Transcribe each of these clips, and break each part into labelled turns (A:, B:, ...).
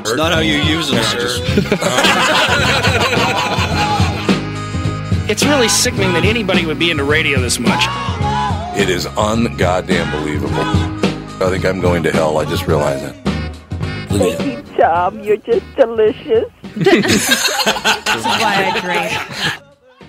A: It's not how you use them, sir.
B: It's really sickening that anybody would be into radio this much.
C: It is ungoddamn believable. I think I'm going to hell. I just realized that. Look at you.
D: Tom, you're just delicious.
E: Why I drink.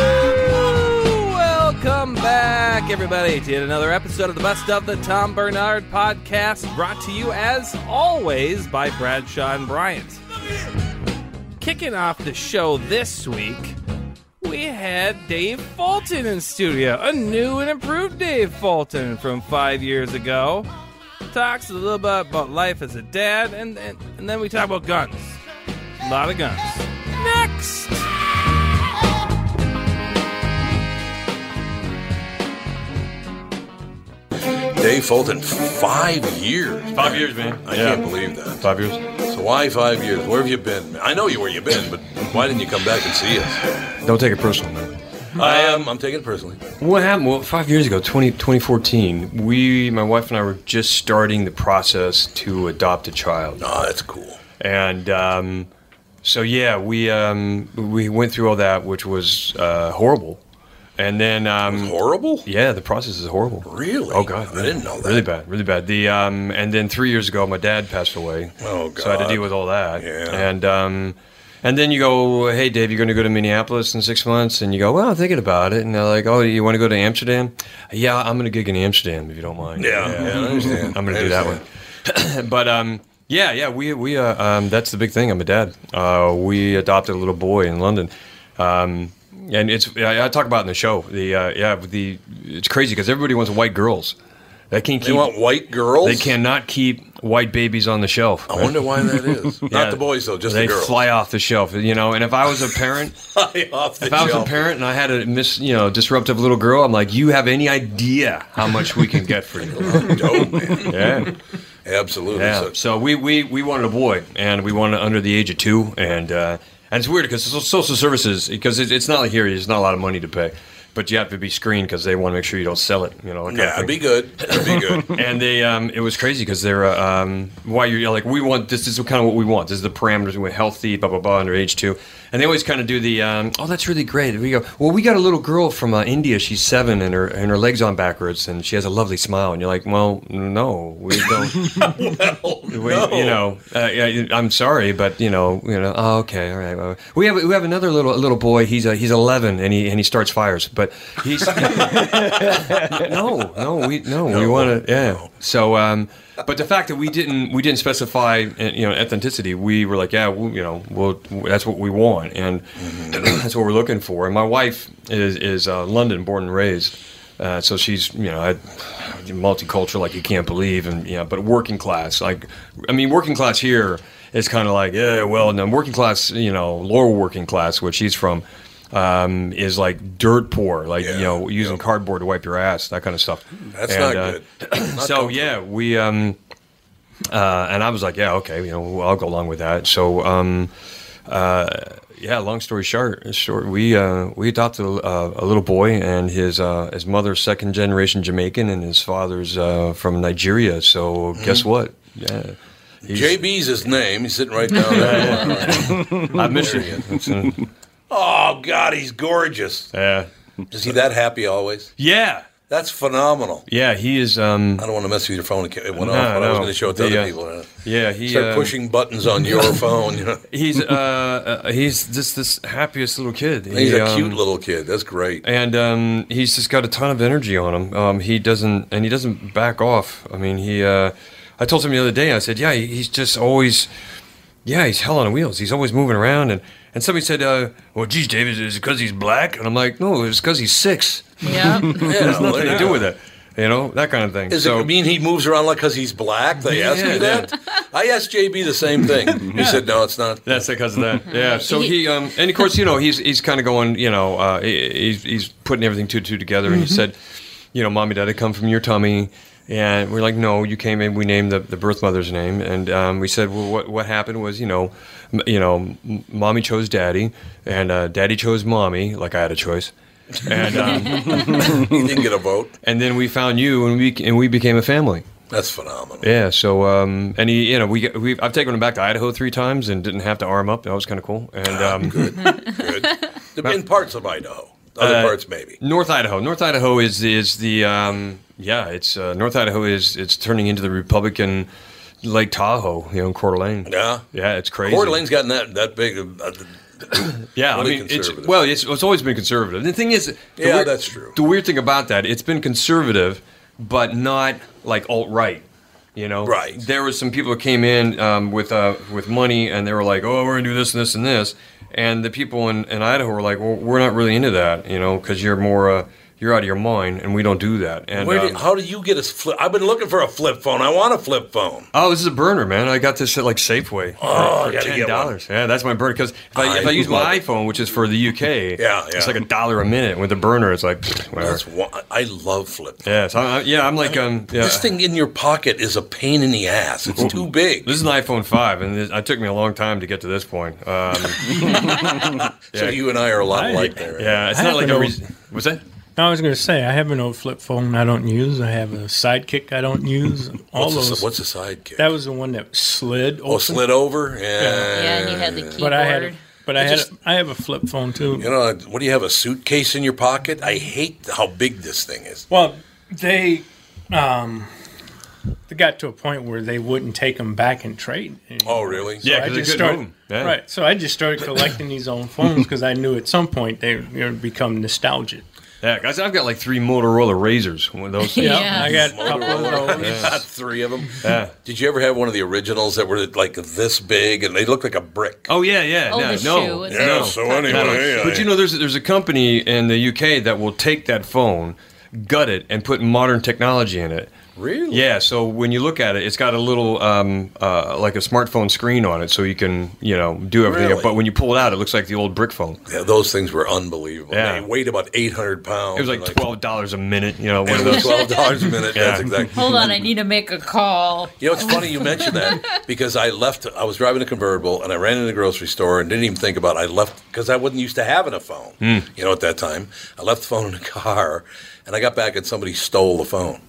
F: Woo! Welcome back, everybody, to yet another episode of the Best of the Tom Bernard Podcast, brought to you as always by Bradshaw and Bryant. Kicking off the show this week, we had Dave Fulton in studio, a new and improved Dave Fulton from five years ago. Talks a little bit about life as a dad, and, and, and then we talk about guns. A lot of guns. Next!
C: Dave Fulton, five years.
G: Five years, man.
C: I
G: yeah.
C: can't believe that.
G: Five years.
C: So why five years? Where have you been? I know you where you've been, but why didn't you come back and see us?
G: Don't take it personal, man.
C: I am. I'm taking it personally.
G: What happened? Well, five years ago, 20, 2014, we, my wife and I, were just starting the process to adopt a child,
C: Oh, that's cool.
G: and um, so yeah, we um, we went through all that, which was uh, horrible, and then um,
C: Horrible.
G: Yeah, the process is horrible.
C: Really?
G: Oh god,
C: I
G: yeah.
C: didn't know that.
G: Really bad, really bad. The um, and then three years ago, my dad passed away.
C: Oh,
G: So I had to
C: God.
G: deal with all that.
C: Yeah.
G: And um, and then you go, hey Dave, you're going to go to Minneapolis in six months, and you go, well, I'm thinking about it, and they're like, oh, you want to go to Amsterdam? Yeah, I'm going to gig in Amsterdam if you don't mind.
C: Yeah, yeah, I understand.
G: I'm going
C: I
G: to do that
C: understand.
G: one. but um. Yeah, yeah, we we uh, um, that's the big thing. I'm a dad. Uh, we adopted a little boy in London, um, and it's I, I talk about it in the show. The uh, yeah, the it's crazy because everybody wants white girls. They can't
C: They
G: keep.
C: want white girls.
G: they cannot keep white babies on the shelf.
C: I wonder why that is. Not the boys though, just
G: they
C: the girls.
G: fly off the shelf, you know. And if I was a parent,
C: Fly off the
G: if I was a
C: shelf.
G: parent and I had a miss, you know, disruptive little girl, I'm like, you have any idea how much we can get for you?
C: No, man.
G: yeah,
C: Absolutely.
G: yeah.
C: So-
G: So we we we wanted a boy, and we wanted under the age of two, and uh, and it's weird because social services because it, it's not like here, there's not a lot of money to pay, but you have to be screened because they want to make sure you don't sell it, you know. that kind of
C: yeah, it'd
G: thing.
C: be good. It'd be good.
G: and they um, it was crazy because they're uh, um, why you're like we want this is kind of what we want this is the parameters we're healthy blah blah blah under age two and they always kind of do the um, oh that's really great we go well we got a little girl from uh, India she's seven and her and her legs on backwards and she has a lovely smile and you're like well no we don't we, you know uh, I, I'm sorry but you know you know oh, okay all right well, we have we have another little little boy he's uh, he's 11 and he and he starts fires but he's no, no, we no, we want to. Yeah. So, um, but the fact that we didn't we didn't specify uh, you know ethnicity, we were like, yeah, we, you know, well, that's what we want, and that's what we're looking for. And my wife is is uh, London born and raised. Uh, so she's, you know, I, multicultural like you can't believe, and you know, but working class, like, I mean, working class eh, here is kind of like, yeah, well, no, working class, you know, lower working class, where she's from, um, is like dirt poor, like you know using cardboard to wipe your ass, that kind of stuff.
C: That's
G: And,
C: not
G: uh,
C: good.
G: so yeah, we um, uh, and I was like, yeah, okay, you know, I'll go along with that. So um, uh, yeah, long story short, short we uh, we adopted a, uh, a little boy, and his uh, his mother's second generation Jamaican, and his father's uh, from Nigeria. So guess
C: Mm-hmm.
G: what? Yeah. he's-
C: JB's his name. He's sitting right down there.
G: I miss you.
C: oh God, he's gorgeous.
G: Yeah,
C: Is he that happy always?
G: yeah,
C: That's phenomenal.
G: yeah. He is. Um,
C: I don't want to mess with your phone. It went off, but
G: No,
C: I was
G: no.
C: going to show it to
G: The,
C: other
G: uh,
C: people.
G: yeah, he
C: Start
G: um,
C: pushing buttons on your phone. You know,
G: He's uh, uh, he's just this happiest little kid.
C: he's
G: He,
C: a cute
G: um,
C: little kid. That's great.
G: and um, he's just got a ton of energy on him. Um, he doesn't, and he doesn't back off. I mean, he. Uh, I told him the other day. I said, "Yeah, he- he's just always, yeah, he's hell on wheels. He's always moving around." And and somebody said, uh, "Well, geez, David, is it because he's black?" And I'm like, "No, it's because he's six.
E: Yeah.
C: Yeah,
G: It has nothing
C: yeah.
G: to do with it." You know that kind of thing.
C: Does
G: so
C: it mean he moves around like because he's black? They ask
G: Yeah.
C: you that. I asked JB the same thing. He said, "No, it's not."
G: That's because of that. Yeah. So he, um, and of course, you know, he's he's kind of going, you know, uh, he- he's he's putting everything two and two together, and he said, you know, mommy, daddy, come from your tummy, and we're like, no, you came in. We named the, the birth mother's name, and um, we said, well, what what happened was, you know, m- you know, m- mommy chose daddy, and uh, daddy chose mommy. Like I had a choice, and um,
C: He didn't get a vote.
G: and then we found you, and we and we became a family.
C: That's phenomenal.
G: Yeah. So, um, and he, you know, we, we I've taken him back to Idaho three times and didn't have to arm up. That was kind of cool. And um,
C: Ah, Good. In parts of Idaho, other
G: Uh,
C: parts maybe.
G: North Idaho. North Idaho is is the um, yeah. It's uh, North Idaho is it's turning into the Republican Lake Tahoe. You know, in Coeur d'Alene.
C: Yeah.
G: Yeah, it's crazy.
C: Coeur d'Alene's gotten that that big. of- Uh,
G: yeah, I
C: really
G: mean, it's,
C: conservative.
G: well, it's, it's always been conservative. The thing is, the
C: Yeah, that's true.
G: The weird thing about that, it's been conservative, but not like alt right. You know,
C: Right.
G: There was some people that came in um, with uh, with money, and they were like, "Oh, we're gonna do this and this and this," and the people in, in Idaho were like, "Well, we're not really into that, you know, because you're more uh, you're out of your mind, and we don't do that." And
C: where
G: um,
C: do, how do you get a flip? I've been looking for a flip phone. I want a flip phone.
G: Oh, this is a burner, man. I got this at like Safeway.
C: Oh,
G: for
C: I gotta
G: ten
C: get one.
G: dollars. Yeah, that's my burner. Because if I, if
C: I
G: I use
C: love
G: my
C: it.
G: iPhone, which is for the UK,
C: Yeah,
G: it's
C: yeah.
G: like a dollar a minute. With a burner, it's like whatever.
C: That's one, I love flip.
G: yeah, so I, I- yeah, I'm like um, yeah.
C: This thing in your pocket is a pain in the ass. It's too big.
G: This is an iPhone five, and it, it took me a long time to get to this point. Um,
C: So you and I are a lot alike there.
G: yeah, it's
H: I
G: not like a
H: haven't
G: reason. What's that?
H: No, I was going to say I have an old flip phone I don't use. I have a sidekick I don't use. All
C: What's,
H: those.
C: a, what's a sidekick?
H: that was the one that slid. Open,
C: oh, slid over. Yeah.
E: Yeah, and you had the keyboard.
H: But I had. A, but I, had.
C: just-
H: a, I have a flip phone too.
C: You know, what do you have a suitcase in your pocket? I hate how big this thing is.
H: Well, they. Um, they got to a point where they wouldn't take them back and trade. anymore.
C: Oh, really?
G: Yeah,
H: I
G: because
H: just
G: it couldn't
H: started,
G: move. 'em. Yeah.
H: Right. So I just started collecting these own phones because I knew at some point they were going to become nostalgic.
G: Yeah, guys, I've got like three Motorola razors. One of those.
E: Yeah.
H: I got a couple of those.
C: Three of them.
G: Yeah.
C: Did you ever have one of the originals that were like this big and they looked like a brick?
G: Oh yeah, yeah,
E: Oh,
G: yeah,
E: the
G: no,
E: shoe. It's
C: Yeah,
G: no.
C: so
G: No, no.
C: anyway,
G: But you know, there's there's a company in the UK that will take that phone, gut it, and put modern technology in it.
C: really?
G: Yeah, so when you look at it, it's got a little um, uh, like a smartphone screen on it, so you can you know do everything.
C: Really?
G: But when you pull it out, it looks like the old brick phone.
C: Yeah, those things were unbelievable.
G: Yeah.
C: They weighed about 800 pounds.
G: It was like twelve dollars a minute. You know, one
C: It
G: of
C: was
G: those.
C: twelve dollars a minute. That's
G: Yeah.
C: exactly.
E: Hold on, I need to make a call.
C: You know, it's funny you mentioned that because I left. I was driving a convertible and I ran in the grocery store and didn't even think about. It. I left because I wasn't used to having a phone. You know, at that time, I left the phone in the car, and I got back and somebody stole the phone.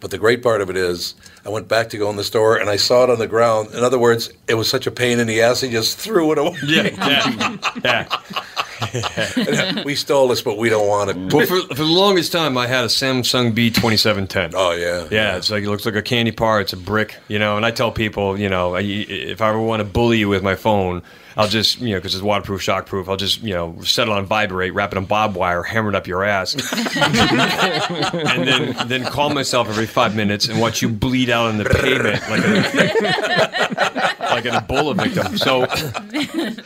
C: But the great part of it is, I went back to go in the store and I saw it on the ground. In other words, it was such a pain in the ass, he just threw it away.
G: Yeah, yeah, yeah.
C: we stole this, but we don't want it.
G: Well, for, for the longest time, I had a Samsung B twenty seven ten.
C: Oh yeah,
G: Yeah, it's like it looks like a candy bar. It's a brick, you know. And I tell people, you know, I, if I ever want to bully you with my phone, I'll just, you know, because it's waterproof, shockproof. I'll just, you know, set it on vibrate, wrap it in bob wire, hammer it up your ass, and then then call myself every five minutes and watch you bleed out on the pavement like an like an Ebola victim. So,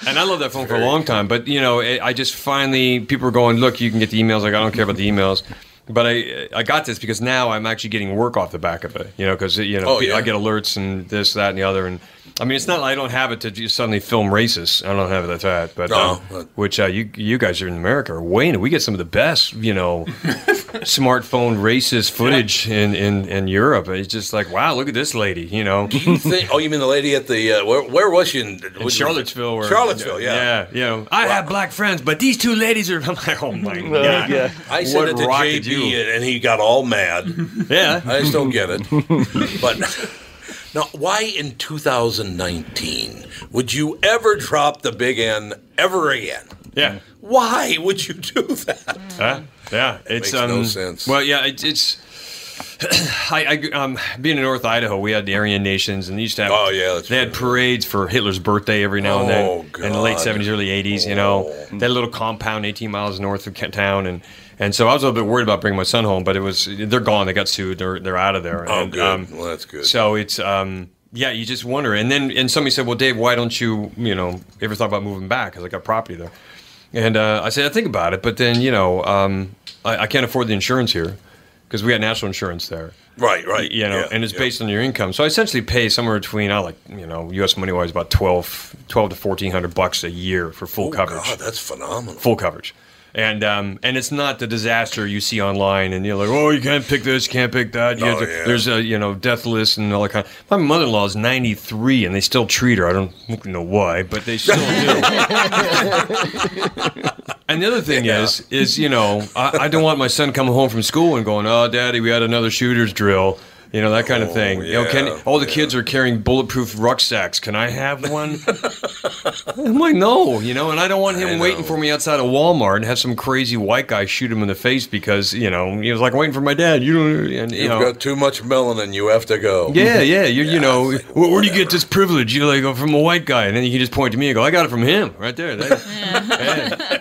G: and I love that phone for a long time, but you know, it, I just finally people were going, look, you can get the emails. Like I don't care about the emails. But I I got this because now I'm actually getting work off the back of it, you know, because you know
C: Oh, yeah.
G: I get alerts and this, that, and the other, and I mean, it's not. I don't have it to just suddenly film racists. I don't have it at that.
C: Oh,
G: But um, which uh, you you guys here in America are way into. We get some of the best, you know, smartphone racist footage in, in in Europe. It's just like, wow, look at this lady. You know,
C: You think- oh, you mean the lady at the uh, where, where was she in,
G: in Charlottesville. Or,
C: Charlottesville, yeah.
G: yeah, you know, I have black friends, but these two ladies are. I'm like, oh my
C: Uh,
G: god,
C: yeah. I said
G: What
C: it to
G: rock did
C: JB, and- and he got all mad.
G: yeah,
C: I just don't get it. But now, why in 2019 would you ever drop the big N ever again?
G: Yeah.
C: Why would you do that?
G: Huh? Yeah, it's
C: makes
G: um,
C: no sense.
G: Well, yeah, it, it's. I, I um, being in North Idaho, we had the Aryan Nations, and they used to have. Oh yeah, they had parades for Hitler's birthday every now and then
C: Oh,
G: in the late
C: God. Oh.
G: seventies, early eighties. You know that little compound, eighteen miles north of Kent town, and and so I was a little bit worried about bringing my son home, but it was they're gone. They got sued. They're they're out of there.
C: Oh,
G: And,
C: good.
G: um,
C: well, that's good.
G: so it's um yeah, you just wonder. And then and somebody said, "Well, Dave, why don't you, you know, ever thought about moving back cuz I got property there?" And uh, I said, "I think about it, but then, you know, um I, I can't afford the insurance here because we got national insurance there."
C: Right, right.
G: You know,
C: Yeah,
G: and it's
C: yeah.
G: based on your income. So I essentially pay somewhere between I like, you know, US money wise about 12 12 to 1400 bucks a year for full
C: Oh,
G: coverage.
C: God, that's phenomenal.
G: Full coverage. And um, and it's not the disaster you see online, and you're like, oh, you can't pick this, can't pick that. You
C: Oh,
G: have to-
C: yeah.
G: There's a you know death list and all that kind. my mother-in-law is 93, and they still treat her. I don't know why, but they still do. and the other thing is, is you know, I, I don't want my son coming home from school and going, oh, daddy, we had another shooter's drill. You know that kind of thing. you know,
C: Oh, yeah,
G: can all the kids are carrying bulletproof rucksacks? Can I have one? I'm like, no, you know, and I don't want him waiting for me outside of Walmart and have some crazy white guy shoot him in the face because you know he was like waiting for my dad. You don't, and, you
C: You've
G: know,
C: got too much melanin. You have to go.
G: yeah, yeah, you you know, where, where do you get this privilege? You're like oh, from a white guy, and then you can just point to me and go, I got it from him right there. That-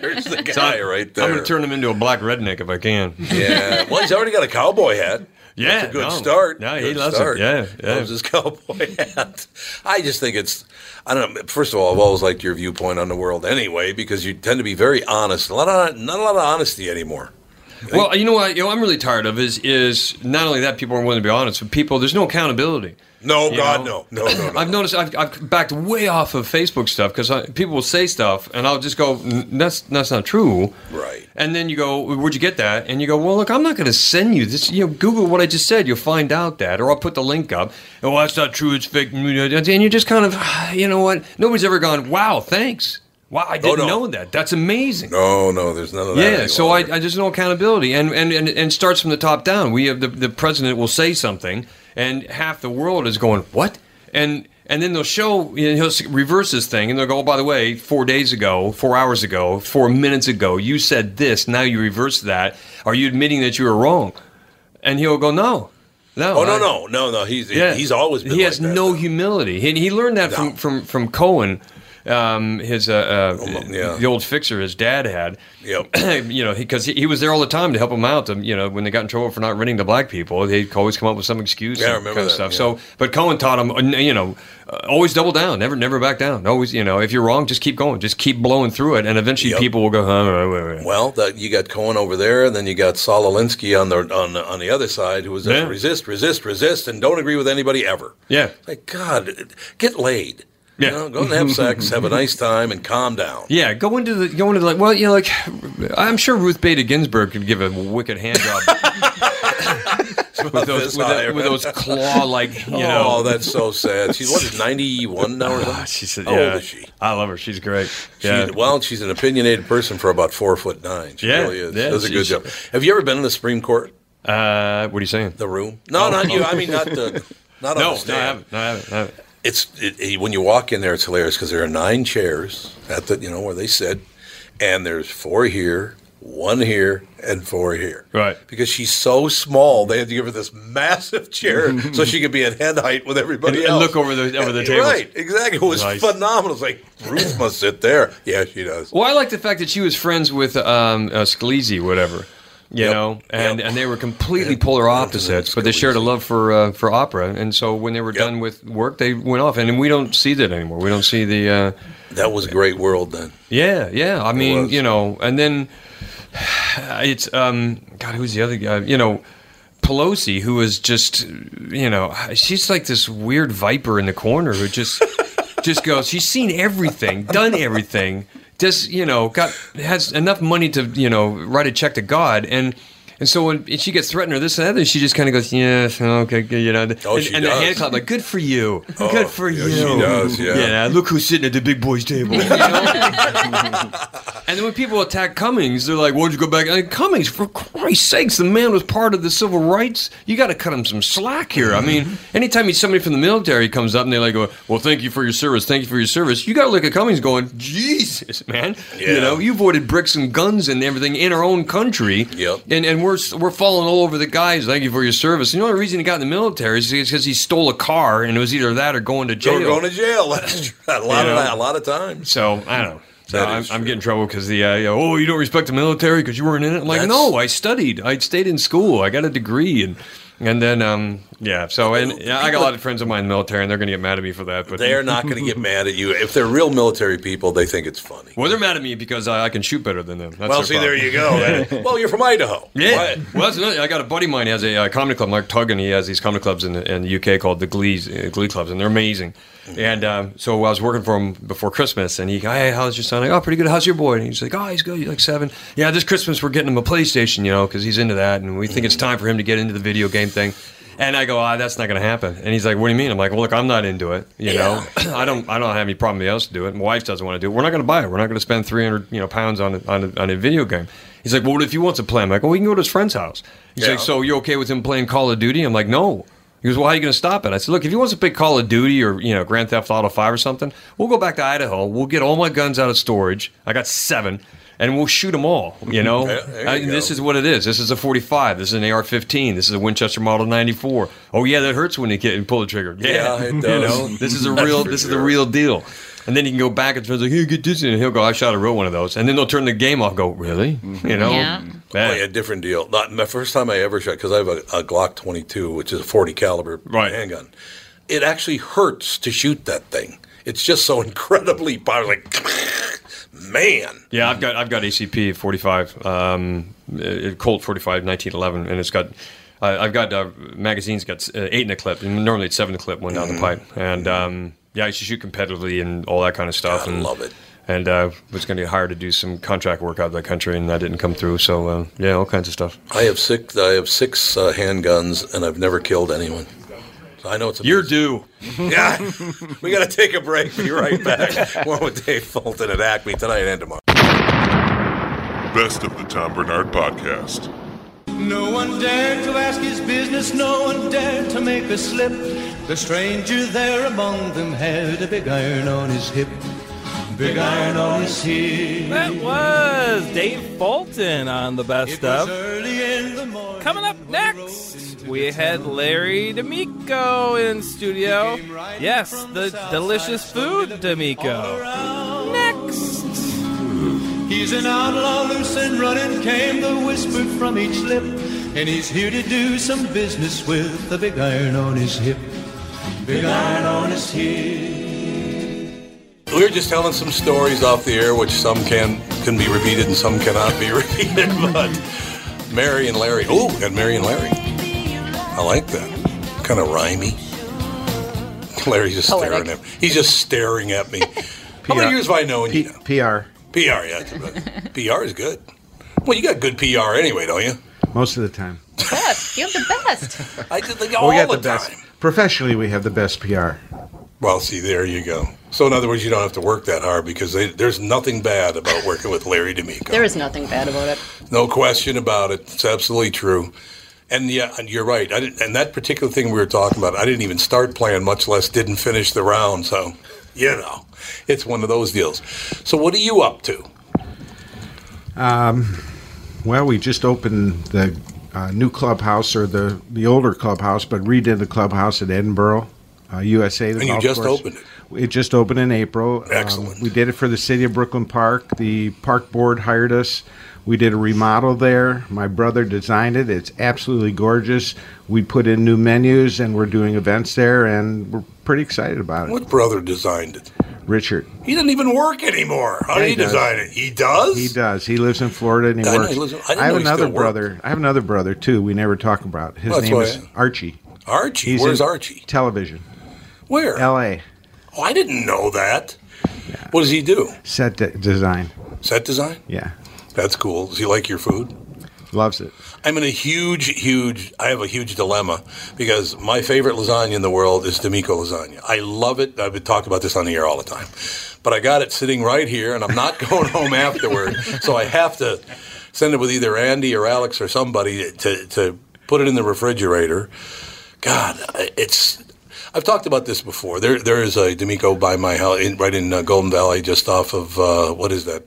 C: There's the
G: So I-
C: guy right there.
G: I'm gonna turn him into a black redneck if I can.
C: Yeah. Well, he's already got a cowboy hat.
G: Yeah,
C: That's a good
G: no.
C: start.
G: No, he
C: Good
G: loves it. Yeah, yeah.
C: Loves his cowboy hat. I just think it's, I don't know. First of all, I've always liked your viewpoint on the world anyway, because you tend to be very honest. A lot of, not a lot of honesty anymore.
G: Well, you know what? You know, I'm really tired of is is not only that people are willing to be honest, but people there's no accountability.
C: No,
G: You
C: Oh, God,
G: know?
C: no. No, no, no.
G: I've noticed I've, I've backed way off of Facebook stuff because people will say stuff and I'll just go, "N- that's that's not true.
C: Right.
G: And then you go, where'd you get that? And you go, well, look, I'm not going to send you this. You know, Google what I just said. You'll find out that, or I'll put the link up. Oh, that's not true. It's fake. And you're just kind of, you know what? Nobody's ever gone, wow, thanks. Wow, I didn't
C: Oh, no.
G: know that. That's amazing.
C: No, no, there's none of that.
G: Yeah,
C: anymore.
G: so I, I just know accountability and, and, and, and starts from the top down. We have the, the president will say something, and half the world is going, What? And and then they'll show, you know, he'll s- reverse this thing, and they'll go, Oh, by the way, four days ago, four hours ago, four minutes ago, you said this, now you reverse that. Are you admitting that you were wrong? And he'll go, No. No.
C: Oh, no,
G: I-
C: no, no, no. He's, he's always been
G: he has no humility. He, he learned that from from from Cohen, um, his uh,
C: Oh,
G: uh, the old fixer his dad had. you know, because he, he was there all the time to help him out. To, you know, when they got in trouble for not renting to black people, they'd always come up with some excuse.
C: Yeah, I
G: and
C: remember
G: kind of
C: that,
G: stuff.
C: yeah.
G: So, but Cohen taught him, uh, you know, uh, always double down, never never back down. Always, you know, if you're wrong, just keep going, just keep blowing through it, and eventually people will go, huh, wait, wait, wait.
C: Well, that you got Cohen over there, and then you got Saul Alinsky on the on the, on the other side, who was just
G: Yeah.
C: resist, resist, resist, and don't agree with anybody ever.
G: yeah.
C: Like God, get laid.
G: Yeah.
C: You know, go and have sex, have a nice time, and calm down.
G: Yeah, go into the go into the, like well, you know, like I'm sure Ruth Bader Ginsburg could give a wicked hand job. with those,
C: this
G: with,
C: high,
G: that, with
C: man.
G: those claw like you know. Ah,
C: Oh, that's so sad. She's what is ninety one now or something?
G: she said,
C: How
G: yeah.
C: old is she?
G: I love her. She's great.
C: She,
G: Yeah.
C: Well, she's an opinionated person for about four foot nine. She
G: Yeah,
C: really is.
G: yeah,
C: Does a
G: she-
C: good
G: she-
C: job. Have you ever been in the Supreme Court?
G: Uh, what are you saying?
C: The room? No,
G: Oh,
C: not you.
G: oh.
C: I mean, not the. Not on
G: No,
C: the
G: no, I
C: stand.
G: haven't. No, I haven't. I haven't.
C: it's it, it- when you walk in there, it's hilarious because there are nine chairs at the you know where they sit, and there's four here, one here, and four here.
G: Right.
C: Because she's so small, they had to give her this massive chair so she could be at head height with everybody
G: And- and
C: else. Eh,
G: look over the- over the tables.
C: Right. Exactly. It was
G: Nice.
C: phenomenal. It's like Ruth must sit there. Yeah, she does.
G: Well, I like the fact that she was friends with um, uh, Scalise, whatever. You
C: Yep.
G: know, and, and they were completely polar opposites, but they shared a love for uh, for opera. And so when they were done with work, they went off, and we don't see that anymore. We don't see the uh,
C: That was a great world then.
G: Yeah, yeah. I mean,
C: was.
G: you know, and then it's um God, who's the other guy? You know, Pelosi, who is just you know, she's like this weird viper in the corner who just just goes, she's seen everything, done everything, just you know, got has enough money to you know write a check to God, and and so when she gets threatened or this and that, then she just kind of goes, yeah, okay, good," you know,
C: Oh,
G: and,
C: she
G: and
C: does.
G: the hand clap like, good for you,
C: Oh,
G: good for
C: yeah,
G: you,
C: she does, yeah.
G: look who's sitting at the big boys table. you know? and then when people attack Cummings, they're like, "Why'd you go back?" Like, Cummings, for Christ's sakes, the man was part of the civil rights. You got to cut him some slack here. I mean,
C: Mm-hmm.
G: anytime he's somebody from the military comes up and they like go, "Well, thank you for your service. Thank you for your service." You got to look at Cummings going, "Jesus, man,
C: Yeah.
G: you know, you voided bricks and guns and everything in our own country,
C: Yep.
G: and and we're we're falling all over the guys. Thank you for your service. And the only reason he got in the military is because he stole a car, and it was either that or going to jail.
C: You're going to jail. That's true. a lot
G: You
C: of
G: know?
C: that, a lot of times.
G: So I don't know. So
C: That
G: I'm,
C: is
G: I'm getting in trouble because the uh, you know, oh you don't respect the military because you weren't in it. I'm like
C: That's-
G: no, I studied. I stayed in school. I got a degree and and then um yeah. So and yeah, I got a lot of friends of mine in the military and they're gonna get mad at me for that. But
C: They're not going to get mad at you if they're real military people. They think it's funny.
G: well, they're mad at me because I, I can shoot better than them. That's
C: well,
G: their
C: see,
G: problem.
C: there you go. That- well, you're from Idaho.
G: Yeah.
C: What?
G: Well, that's another. I got a buddy of mine who has a uh, comedy club, Mark Tuggan. He has these comedy clubs in the, in the UK called the Glee's, uh, Glee Clubs, and they're amazing.
C: Mm-hmm.
G: And um, so I was working for him before Christmas, and he, hey, how's your son? I go, oh, pretty good. How's your boy? And he's like, oh, he's good. He's like seven. Yeah, this Christmas we're getting him a PlayStation, you know, because he's into that, and we think it's time for him to get into the video game thing. And I go, ah, that's not going to happen. And he's like, what do you mean? I'm like, well, look, I'm not into it. You know, I don't, I don't have any problem with else to do it. My wife doesn't want to do it. We're not going to buy it. We're not going to spend 300, you know, pounds on a, on, a, on a video game. He's like, well, what if he wants to play? I'm like, well, we can go to his friend's house. He's
C: Yeah.
G: like, so you're okay with him playing Call of Duty? I'm like, no. He goes, well, how are you going to stop it? I said, look, if he wants to play Call of Duty or, you know, Grand Theft Auto 5 or something, we'll go back to Idaho. We'll get all my guns out of storage. I got seven. And we'll shoot them all, you know.
C: Yeah, there you
G: I-
C: go.
G: this is what it is. This is a 45. This is an AR-15. This is a Winchester Model 94. Oh yeah, that hurts when you get you pull the trigger.
C: Yeah, it
G: you
C: does.
G: know, this is a
C: That's
G: real.
C: for
G: This is the
C: sure.
G: real deal. And then you can go back and turn like, hey, get this, and he'll go, I shot a real one of those. And then they'll turn the game off. and Go, really? You know,
E: Yeah.
G: That-
C: Oh, Mm-hmm. yeah, different deal. Not my first time I ever shot because I have a, a Glock 22, which is a 40 caliber
G: Right.
C: handgun. It actually hurts to shoot that thing. It's just so incredibly powerful. Like, man,
G: Yeah, I've got I've got E ACP 45, um, uh, Colt 45, 1911, and it's got I I've got uh, magazines got uh, eight in a clip, and normally it's seven in a clip, one
C: Mm-hmm.
G: down the pipe, and um, yeah, I used to shoot competitively and all that kind of stuff.
C: I
G: and,
C: love it.
G: And uh, was going to get hired to do some contract work out of the country, and that didn't come through. So uh, yeah, all kinds of stuff.
C: I have six. I have six uh, handguns, and I've never killed anyone. So I know it's.
G: You're
C: amazing.
G: due.
C: Yeah, we got to take a break. Be right back. More with Dave Fulton at Acme tonight and tomorrow.
I: Best of the Tom Bernard Podcast.
J: No one dared to ask his business, no one dared to make a slip. The stranger there among them had a big iron on his hip. Big iron on his hip.
F: That was Dave Fulton on the best of. Coming up next, we had Larry D'Amico in studio. Yes, the delicious food D'Amico.
J: He's an outlaw, loose and running, came the whisper from each lip. And he's here to do some business with the big iron on his hip. Big iron on his hip.
C: We were just telling some stories off the air, which some can can be repeated and some cannot be repeated. But Mary and Larry. Oh, and Mary and Larry. I like that. Kind of rhymey. Larry's just staring at me. He's just staring at me. How many years have I known you? now?
K: PR
C: PR, yeah. that's right. PR is good. Well, you got good PR anyway, don't you?
K: most of the time.
E: Best. You have the best.
C: I did the,
K: we
C: all
K: got
C: the,
K: the,
C: time.
K: best. Professionally, we have the best PR.
C: Well, see, there you go. So, in other words, you don't have to work that hard because they, there's nothing bad about working with Larry D'Amico.
E: There is nothing bad about it.
C: No question about it. It's absolutely true. And yeah, and you're right. I didn't, and that particular thing we were talking about, I didn't even start playing, much less didn't finish the round. So, you know, it's one of those deals. So, what are you up to?
K: Um, well, we just opened the uh, new clubhouse or the, the older clubhouse, but redid the clubhouse at Edinburgh, uh, USA. The
C: And you
K: golf
C: just
K: course.
C: opened it.
K: It just opened in April. Um,
C: Excellent.
K: we did it for the city of Brooklyn Park. The park board hired us. We did a remodel there. My brother designed it. It's absolutely gorgeous. We put in new menus and we're doing events there, and we're pretty excited about it.
C: What brother designed it?
K: Richard.
C: He doesn't even work anymore. How
K: Yeah,
C: did
K: he
C: he
K: does.
C: design it? He does?
K: He does. He lives in Florida and he
C: I know
K: works.
C: he lives in- I didn't
K: have
C: know he
K: another
C: still worked.
K: brother. I have another brother too. We never talk about. His
C: Well, that's
K: name
C: why
K: is
C: I-
K: Archie.
C: Archie?
K: He's
C: Where's
K: in
C: Archie?
K: Television.
C: Where?
K: L.A.
C: Oh, I didn't know that. What does he do?
K: Set de- design.
C: Set design?
K: Yeah.
C: That's cool. Does he like your food?
K: Loves it.
C: I'm in a huge, huge. I have a huge dilemma because my favorite lasagna in the world is D'Amico lasagna. I love it. I would talk about this on the air all the time, but I got it sitting right here, and I'm not going home afterward. So I have to send it with either Andy or Alex or somebody to to put it in the refrigerator. God, I- it's. I've talked about this before. There, there is a D'Amico by my house, in, right in uh, Golden Valley, just off of uh, what is that,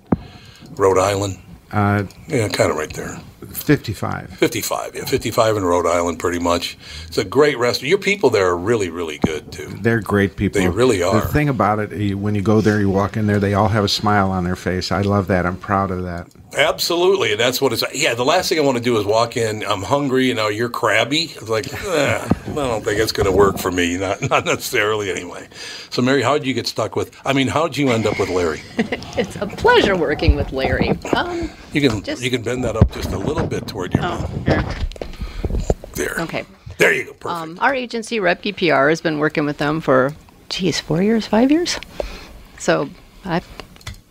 C: Rhode Island?
K: Uh,
C: Yeah, kind of right there.
K: 55.
C: 55, yeah, 55 in Rhode Island, pretty much. It's a great restaurant. Your people there are really, really good, too.
K: They're great people.
C: They really are.
K: The thing about it, you- when you go there, you walk in there, they all have a smile on their face. I love that. I'm proud of that.
C: Absolutely, and that's what it's. Yeah, the last thing I want to do is walk in. I'm hungry, and now you're crabby. It's like, eh, I don't think it's going to work for me. Not, not necessarily, anyway. So, Mary, how'd you get stuck with? I mean, how'd you end up with Larry?
L: It's a pleasure working with Larry. Um,
C: You can you can bend that up just a little bit toward your mouth. There.
L: Okay.
C: There you go.
L: Um, our agency, Repke PR, has been working with them for, geez, four years, five years. So I,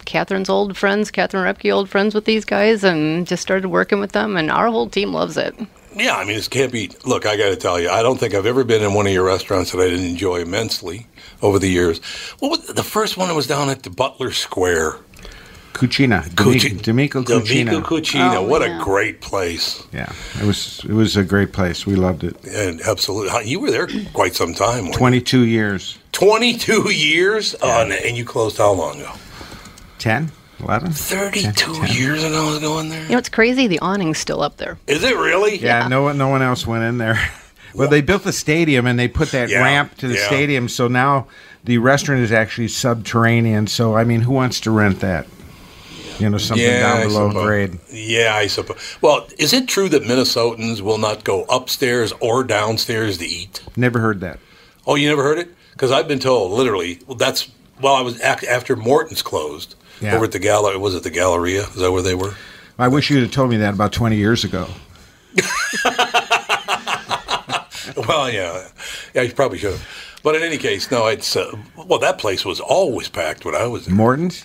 L: Catherine's old friends, Catherine Repke, old friends with these guys, and just started working with them, and our whole team loves it.
C: Yeah, I mean, this can't be. Look, I got to tell you, I don't think I've ever been in one of your restaurants that I didn't enjoy immensely over the years. What was the first one? was down at the Butler Square.
K: Cucina. D'Amico D'Amico
C: D'Amico
K: Cucina.
C: Cucina.
K: Oh,
C: what
K: yeah.
C: a great place.
K: Yeah. It was, it was a great place. We loved it.
C: And absolutely. You were there quite some time. weren't you?
K: 22 years.
C: 22 years? Oh, and- and you closed how long ago?
K: 10, 11?
C: 32 years ago, I was going there.
L: You know, it's crazy. The awning's still up there.
C: Is it really?
K: Yeah, no one, no one else went in there. well, they built the stadium and they put that
C: Yeah,
K: ramp to the
C: yeah.
K: stadium, so now the restaurant is actually subterranean. So I mean, who wants to rent that? You know, something
C: I
K: down below
C: suppo-
K: grade.
C: Yeah, I suppose. Well, is it true that Minnesotans will not go upstairs or downstairs to eat?
K: Never heard that.
C: Oh, you never heard it? Because I've been told literally. Well, that's well, I was ac- after Morton's closed
K: Yeah.
C: over at the gallery. Was it the Galleria? Is that where they were?
K: I wish you'd have told me that about twenty years ago.
C: well, yeah, yeah, you probably should. have. But in any case, no, it's uh, well, that place was always packed when I was. there.
K: Morton's.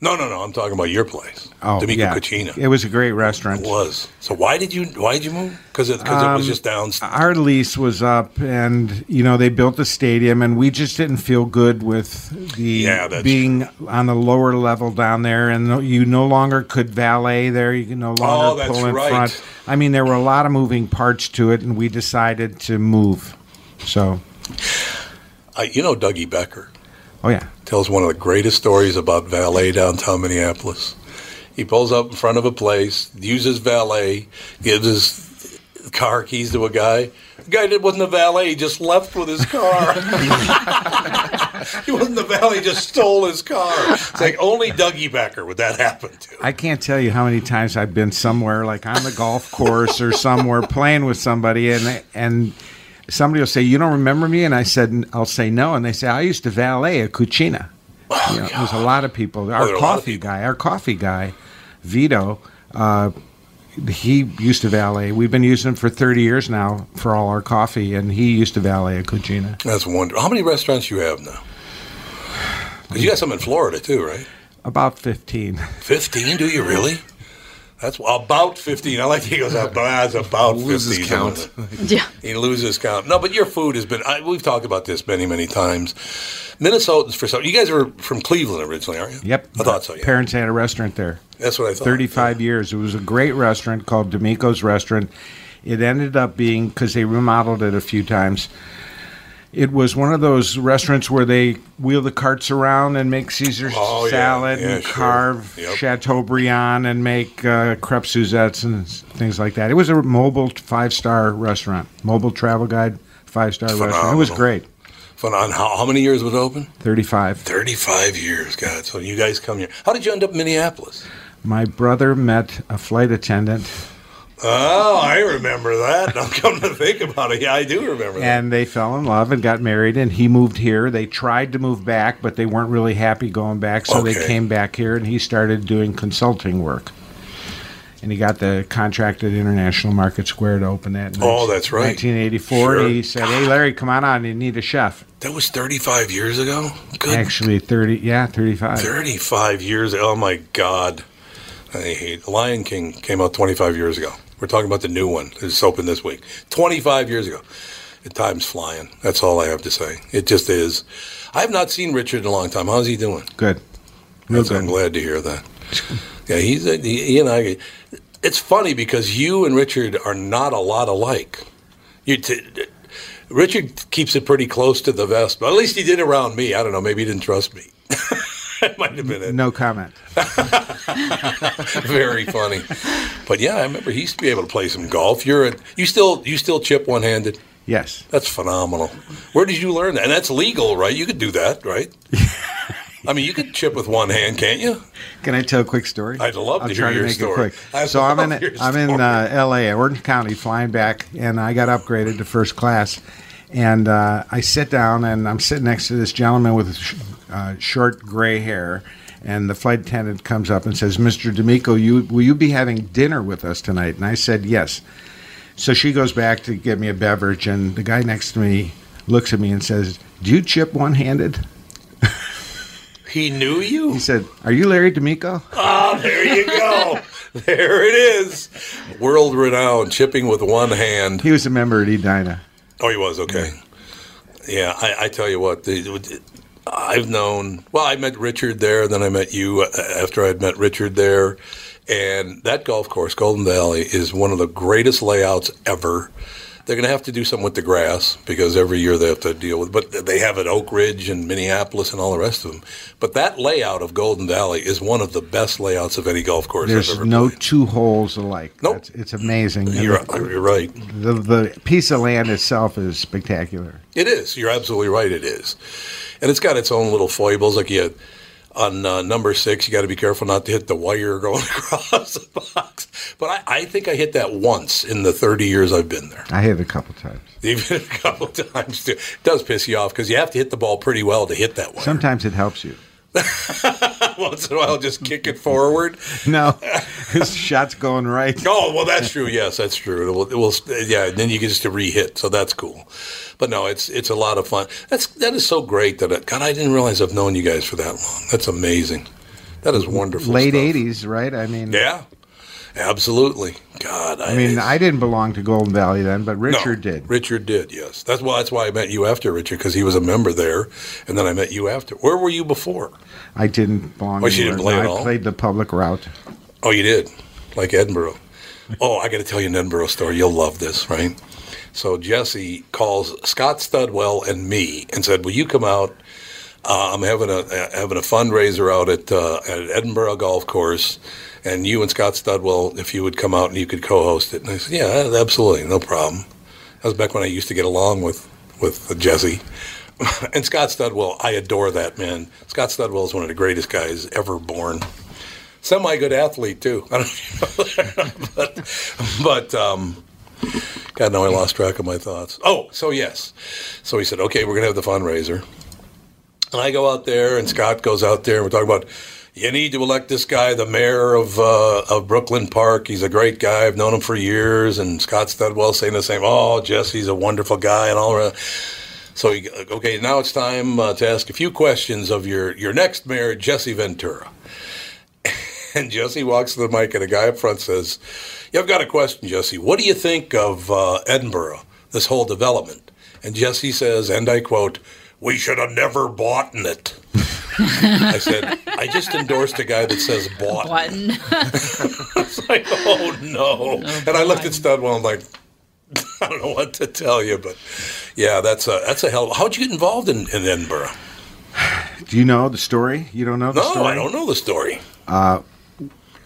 C: No, no, no. I'm talking about your place,
K: Oh,
C: D'Amico
K: yeah.
C: Cucina.
K: It was a great restaurant.
C: It was. So why did you why did you move? Because it, 'cause it was
K: Um,
C: just downstairs.
K: Our lease was up, and you know they built the stadium, and we just didn't feel good with the being on the lower level down there, and no- you no longer could valet there. You could no longer
C: Oh, that's
K: pull in
C: right.
K: front. I mean, there were a lot of moving parts to it, and we decided to move. So,
C: I, you know, Dougie Becker.
K: oh yeah,
C: tells one of the greatest stories about valet downtown Minneapolis. He pulls up in front of a place, uses valet, gives his car keys to a guy. The guy that wasn't a valet, he just left with his car. he wasn't a valet, he just stole his car. It's like only Dougie Becker would that happen to.
K: I can't tell you how many times I've been somewhere, like on the golf course or somewhere, playing with somebody, and and somebody will say, "You don't remember me?" And I said, "I'll say no," and they say, "I used to valet at Cucina." You know, there's a lot of people. Our
C: there are Oh, a lot of
K: coffee guy, our coffee guy, Vito, uh, he used to valet. We've been using him for 30 years now for all our coffee, and he used to valet at Cucina.
C: That's wonderful. How many restaurants you have now? 'Cause you got some in Florida too, right?
K: About 15.
C: 15? Do you really? That's about 15. I like he goes, "Ah, that's about 15.
M: Loses count.
L: Yeah.
C: He loses count. No, but your food has been, I, we've talked about this many, many times. Minnesotans, for some, you guys were from Cleveland originally, aren't you?
K: Yep.
C: I thought so, yeah.
K: Parents had a restaurant there.
C: That's what I thought.
K: 35 years. It was a great restaurant called D'Amico's Restaurant. It ended up being, because they remodeled it a few times, it was one of those restaurants where they wheel the carts around and make Caesar
C: Oh, yeah.
K: salad
C: Yeah,
K: and
C: sure.
K: carve
C: Yep.
K: Chateaubriand and make uh, crepe Suzettes and s- things like that. It was a mobile five star restaurant, mobile travel guide five star restaurant. It was
C: Phenomenal.
K: great.
C: Fun on how, how many years was it open?
K: 35.
C: 35 years, God. So you guys come here. How did you end up in Minneapolis?
K: My brother met a flight attendant
C: Oh, I remember that. I'm coming to think about it. Yeah, I do remember that.
K: And they fell in love and got married, and he moved here. They tried to move back, but they weren't really happy going back, so they
C: Okay.
K: came back here, and he started doing consulting work. and he got the contract at International Market Square to open that. in
C: Oh, that's right.
K: 1984.
C: Sure.
K: And he said, "Hey, Larry, come on out. You need a chef."
C: That was 35 years ago?
K: Actually, 30. Yeah, 35.
C: 35 years Oh, my God. I hate Lion King came out 25 years ago. We're talking about the new one. It's open this week. 25 years ago. The time's flying. That's all I have to say. It just is. I've not seen Richard in a long time. How's he doing?
K: Good.
C: That's- I'm glad to hear that. Yeah, he's a, he, he and I. It's funny because you and Richard are not a lot alike. You t- Richard keeps it pretty close to the vest, but at least he did around me. I don't know. Maybe he didn't trust me. it might have been it.
K: No comment.
C: Very funny. But yeah, I remember he used to be able to play some golf. You're a, you still you still chip one handed.
K: Yes.
C: That's phenomenal. Where did you learn that? And that's legal, right? You could do that, right? I mean, you could chip with one hand, can't you?
K: Can I tell a quick story?
C: I'd love
K: I'll
C: to
K: try
C: hear your
K: make
C: story.
K: It
C: I
K: quick. So I'm
C: love your
K: in I'm in uh, L.A. Orange County, flying back, and I got upgraded to first class. And uh, I sit down, and I'm sitting next to this gentleman with sh- uh, short gray hair. And the flight attendant comes up and says, "Mr. D'Amico, you will you be having dinner with us tonight?" And I said, "Yes." So she goes back to get me a beverage, and the guy next to me looks at me and says, "Do you chip one-handed?"
C: He knew you?
K: He said, Are you Larry D'Amico?
C: Ah, there you go. there it is. World renowned chipping with one hand.
K: He was a member at Edina.
C: Oh, he was okay. Yeah, I, I tell you what, the, I've known. Well, I met Richard there, then I met you uh, after I'd met Richard there, and that golf course, Golden Valley, is one of the greatest layouts ever. They're going to have to do something with the grass because every year they have to deal with. But they have it Oak Ridge and Minneapolis and all the rest of them. But that layout of Golden Valley is one of the best layouts of any golf course I've
K: There's
C: ever.
K: no two holes alike.
C: Nope.
K: That's- it's amazing. And
C: You're,
K: the,
C: you're right.
K: the, the piece of land itself is spectacular.
C: It is. You're absolutely right. It is, and it's got its own little foibles. Like you, on uh, number six, you got to be careful not to hit the wire going across the box. But I, I think I hit that once in the 30 years I've been there.
K: I hit it a couple times.
C: Even a couple times too. It does piss you off because you have to hit the ball pretty well to hit that one.
K: Sometimes it helps you.
C: Once in a while, just kick it forward.
K: No, his shot's going right.
C: Oh well, that's true. Yes, that's true. It will, it will yeah. Then you get just to re-hit, so that's cool. But no, it's it's a lot of fun. That's that is so great that I, God, I didn't realize I've known you guys for that long. That's amazing. That is wonderful.
K: Late
C: stuff.
K: 80s, right? I mean,
C: Yeah, absolutely. God, I,
K: I mean, I didn't belong to Golden Valley then, but Richard did.
C: Richard did. Yes, that's why that's why I met you after Richard because he was a member there, and then I met you after. Where were you before?
K: I didn't belong.
C: Oh, she didn't
K: anywhere.
C: play
K: No,
C: at all?
K: I played the public route.
C: Oh, you did, like Edinburgh. Oh, I got to tell you an Edinburgh story. You'll love this, right? So Jesse calls Scott Studwell and me and said, "Will you come out? Uh, I'm having a uh, having a fundraiser out at uh, at Edinburgh Golf Course, and you and Scott Studwell, if you would come out and you could co-host it." And I said, "Yeah, absolutely, no problem." That was back when I used to get along with with Jesse. and Scott Studwell, I adore that man. Scott Studwell is one of the greatest guys ever born. Semi good athlete too. I don't know if you know that, but but um, God, now I lost track of my thoughts. Oh, so yes. So he said, okay, we're gonna have the fundraiser, and I go out there, and Scott goes out there, and we're talking about. You need to elect this guy, the mayor of uh, of Brooklyn Park. He's a great guy. I've known him for years. And Scott Studwell saying the same. Oh, Jesse's a wonderful guy, and all. around. So, he, okay, now it's time uh, to ask a few questions of your, your next mayor, Jesse Ventura. And Jesse walks to the mic, and a guy up front says, yeah, I've got a question, Jesse. What do you think of uh, Edinburgh, this whole development? And Jesse says, and I quote, We should have never bought it. I said, I just endorsed a guy that says bought.
E: Button.
C: It's like, oh no. and I looked at Studwell and I'm like, I don't know what to tell you, but yeah, that's a that's a hell. How'd you get involved in, in Edinburgh?
K: Do you know the story? You don't know the
C: no,
K: story?
C: I don't know the story.
K: Uh,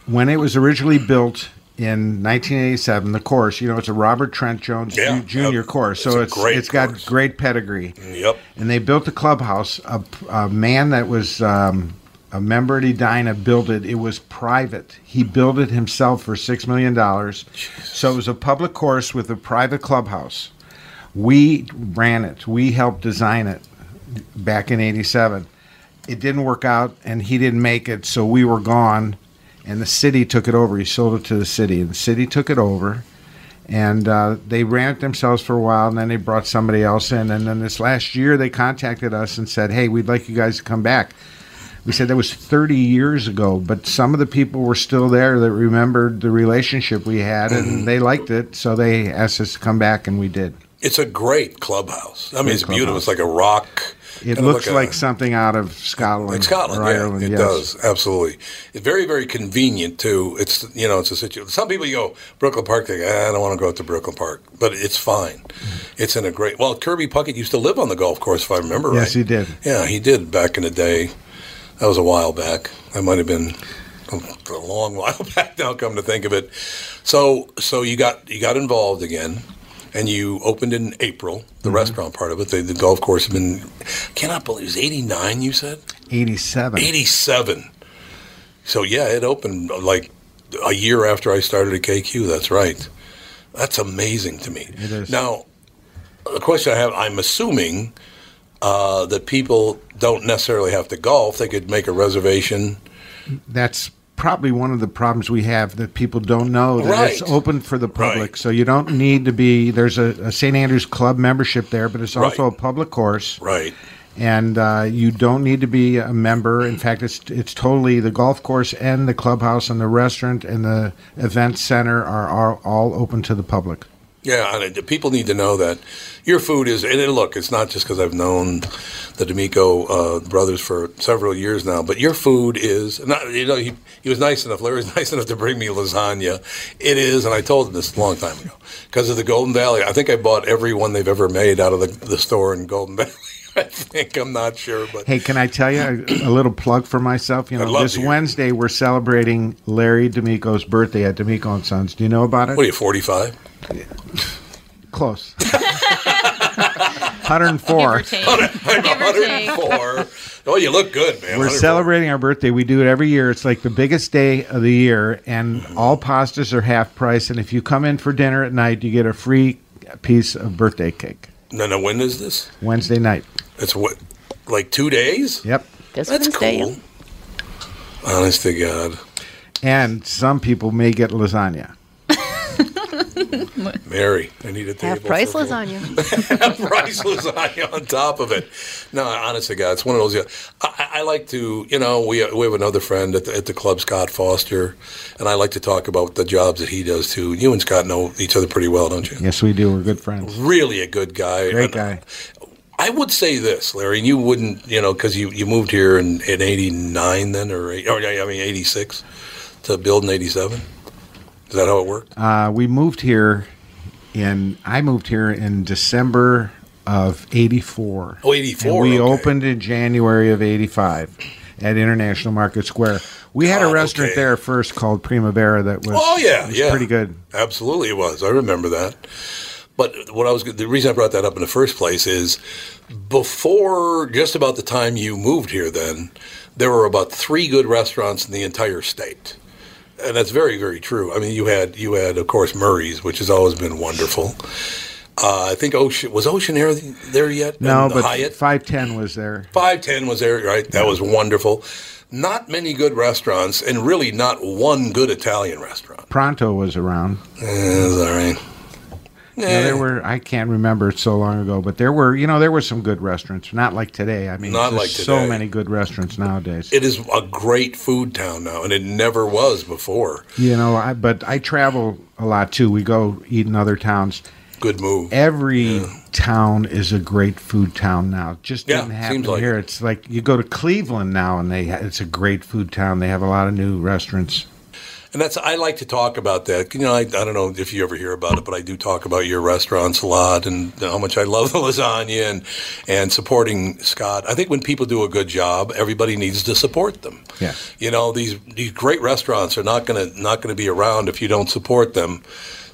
K: when it was originally built in 1987, the course, you know, it's a Robert Trent Jones Ju-
C: Yeah,
K: Junior course, so it's
C: great
K: it's got great pedigree.
C: Yep.
K: And they built the clubhouse. A, a man that was um, a member at Edina built it. It was private. He built it himself for six million dollars. So it was a public course with a private clubhouse. We ran it. We helped design it back in '87. It didn't work out, and he didn't make it, so we were gone. and the city took it over. He sold it to the city, and the city took it over. And uh, they ran it themselves for a while, and then they brought somebody else in. And then this last year, they contacted us and said, "Hey, we'd like you guys to come back." We said that was 30 years ago, but some of the people were still there that remembered the relationship we had,
C: Mm-hmm.
K: and they liked it, so they asked us to come back, and we did.
C: It's a great clubhouse. I mean,
K: Great
C: it's beautiful.
K: clubhouse.
C: It's like a rock.
K: It
C: kinda
K: looks
C: a-
K: like something out of Scotland,
C: like Scotland,
K: or
C: yeah,
K: Ireland.
C: it
K: yes.
C: does absolutely. It's very, very convenient too. It's you know, it's a situation. Some people you go Brooklyn Park, they go, "Ah, I don't want to go out to Brooklyn Park, but it's fine.
K: Mm-hmm.
C: It's in a great. Well, Kirby Puckett used to live on the golf course, if I remember
K: Yes,
C: right.
K: he did.
C: yeah, he did back in the day. That was a while back. That might have been a a long while back now. Come to think of it, so so you got you got involved again, and you opened in April.
K: Mm-hmm.
C: The restaurant part of it, the, the golf course had been. I cannot believe it was eighty nine. You said.
K: 87.
C: 87. So yeah, it opened like a year after I started at KQ. That's right. That's amazing to me.
K: It is.
C: Now, the question I have, I'm assuming uh, that people don't necessarily have to golf. They could make a reservation.
K: That's probably one of the problems we have that people don't know that it's
C: Right.
K: open for the public. So you don't need to be there's a, a St. Andrews Club membership there, but it's also a public course.
C: Right.
K: And uh, you don't need to be a member.
C: Mm.
K: In fact, it's it's totally the golf course and the clubhouse and the restaurant and the event center are, are all open to the public.
C: Yeah, and it- people need to know that your food is. And then, look, it's not just because I've known the D'Amico uh, brothers for several years now, but your food is not. You know, he, he was nice enough. Larry was nice enough to bring me lasagna. It is, and I told him this a long time ago because of the Golden Valley. I think I bought every one they've ever made out of the, the store in Golden Valley. I think I'm not sure, but
K: Hey, can I tell you a, a little plug for myself? You
C: I'd
K: know,
C: love
K: this
C: to hear.
K: Wednesday we're celebrating Larry D'Amico's birthday at D'Amico and Sons. Do you know about it?
C: what are you, 45?
K: Close. 104.
C: I'm 104. Oh, you look good, man.
K: We're
C: 104.
K: celebrating our birthday. We do it every year. It's like the biggest day of the year, and all pastas are half price. And if you come in for dinner at night, you get a free piece of birthday cake
C: No, no. When is this?
K: Wednesday night.
C: It's what, like two days?
K: Yep.
C: That's cool. Honest to God.
K: And some people may get lasagna.
C: Mary, I need a table.
L: Half price
C: for-
L: lasagna.
C: price lasagna on top of it. No, honest to God, it's one of those. I- I, I like to, you know, we we have another friend at the, at the club, Scott Foster, and I like to talk about the jobs that he does too. You and Scott know each other pretty well, don't you?
K: Yes, we do. We're good friends.
C: Really a good guy.
K: Great
C: And
K: guy.
C: I would say this, Larry, and you wouldn't, you know, because you, you moved here in, in 89 then, or, eight, or I mean, 86 to build in 87. Is that how it worked?
K: Uh, we moved here in. I moved here in December of '84.
C: Oh, 84,
K: And
C: okay.
K: we opened in January of '85 at International Market Square. We had a restaurant there first called Primavera that was.
C: Ah, Oh yeah,
K: was
C: yeah,
K: pretty good.
C: Absolutely, it was. I remember that. But what I was the reason I brought that up in the first place is before just about the time you moved here. Then there were about three good restaurants in the entire state, and that's very very true. I mean, you had you had of course Murray's, which has always been wonderful. Uh, I think Ocean was Ocean Air there yet?
K: No,
C: And
K: but
C: Hyatt.
K: five ten was there.
C: Five ten was there, right? That was wonderful. Not many good restaurants, and really not one good Italian restaurant.
K: Pronto was around.
C: Yeah, it was all right.
K: You know, there were I can't remember it's so long ago, but there were you know there were some good restaurants. Not like today. I mean,
C: Not
K: there's
C: like
K: so
C: today.
K: many good restaurants nowadays.
C: It is a great food town now, and it never was before.
K: You know, I, but I travel a lot too. We go eat in other towns.
C: Good move.
K: Every town is a great food town now. Just
C: Yeah,
K: didn't happen
C: seems like
K: here. It's like you go to Cleveland now, and they ha- it's a great food town. They have a lot of new restaurants.
C: And that's I like to talk about that. You know, I, I don't know if you ever hear about it, but I do talk about your restaurants a lot and how much I love the lasagna and and supporting Scott. I think when people do a good job, everybody needs to support them.
K: Yeah.
C: You know, these these great restaurants are not gonna not gonna be around if you don't support them.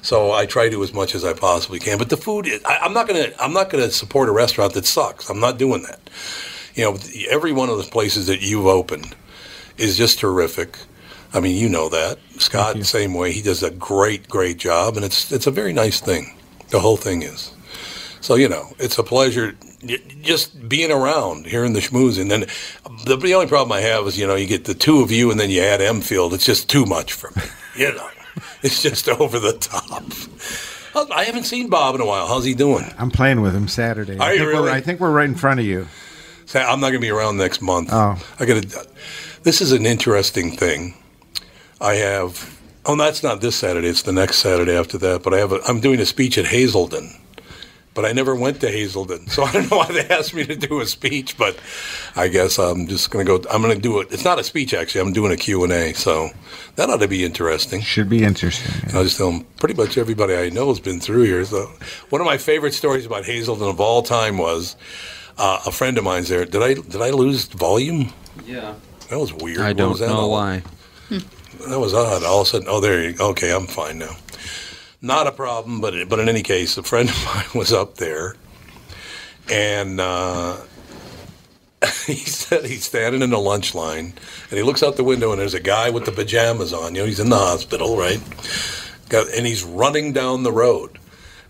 C: So I try to as much as I possibly can. But the food, is, I, I'm not gonna I'm not gonna support a restaurant that sucks. I'm not doing that. You know, every one of the places that you've opened is just terrific. I mean, you know that Scott, same way. He does a great, great job, and it's it's a very nice thing. The whole thing is. So you know, it's a pleasure. y- just being around, hearing the schmooze, and then the, the only problem I have is you know you get the two of you, and then you add Emfield. It's just too much for me. You know, it's just over the top. How's- I haven't seen Bob in a while. How's he doing?
K: I'm playing with him Saturday.
C: Are
K: I
C: you
K: think we're-
C: really?
K: I think we're right in front of you.
C: Say, I'm not going to be around next month.
K: Oh.
C: I got to. This is an interesting thing. I have. Oh, that's not this Saturday. It's the next Saturday after that. But I have. A, I'm doing a speech at Hazelden. But I never went to Hazelden, so I don't know why they asked me to do a speech. But I guess I'm just going to go. I'm going to do it. It's not a speech actually. I'm doing a Q and A. So that ought to be interesting.
K: Should be interesting.
C: And I just tell them pretty much everybody I know has been through here. So one of my favorite stories about Hazelden of all time was uh, a friend of mine's there. Did I did I lose volume?
M: Yeah.
C: That was weird.
M: I
C: What
M: don't
C: was that
M: know
C: all-
M: why.
C: That was odd. All of a sudden, oh, there you go. Okay, I'm fine now. Not a problem, but but in any case, a friend of mine was up there, and uh, he said he's standing in the lunch line, and he looks out the window, and there's a guy with the pajamas on. You know, he's in the hospital, right? Got, and he's running down the road.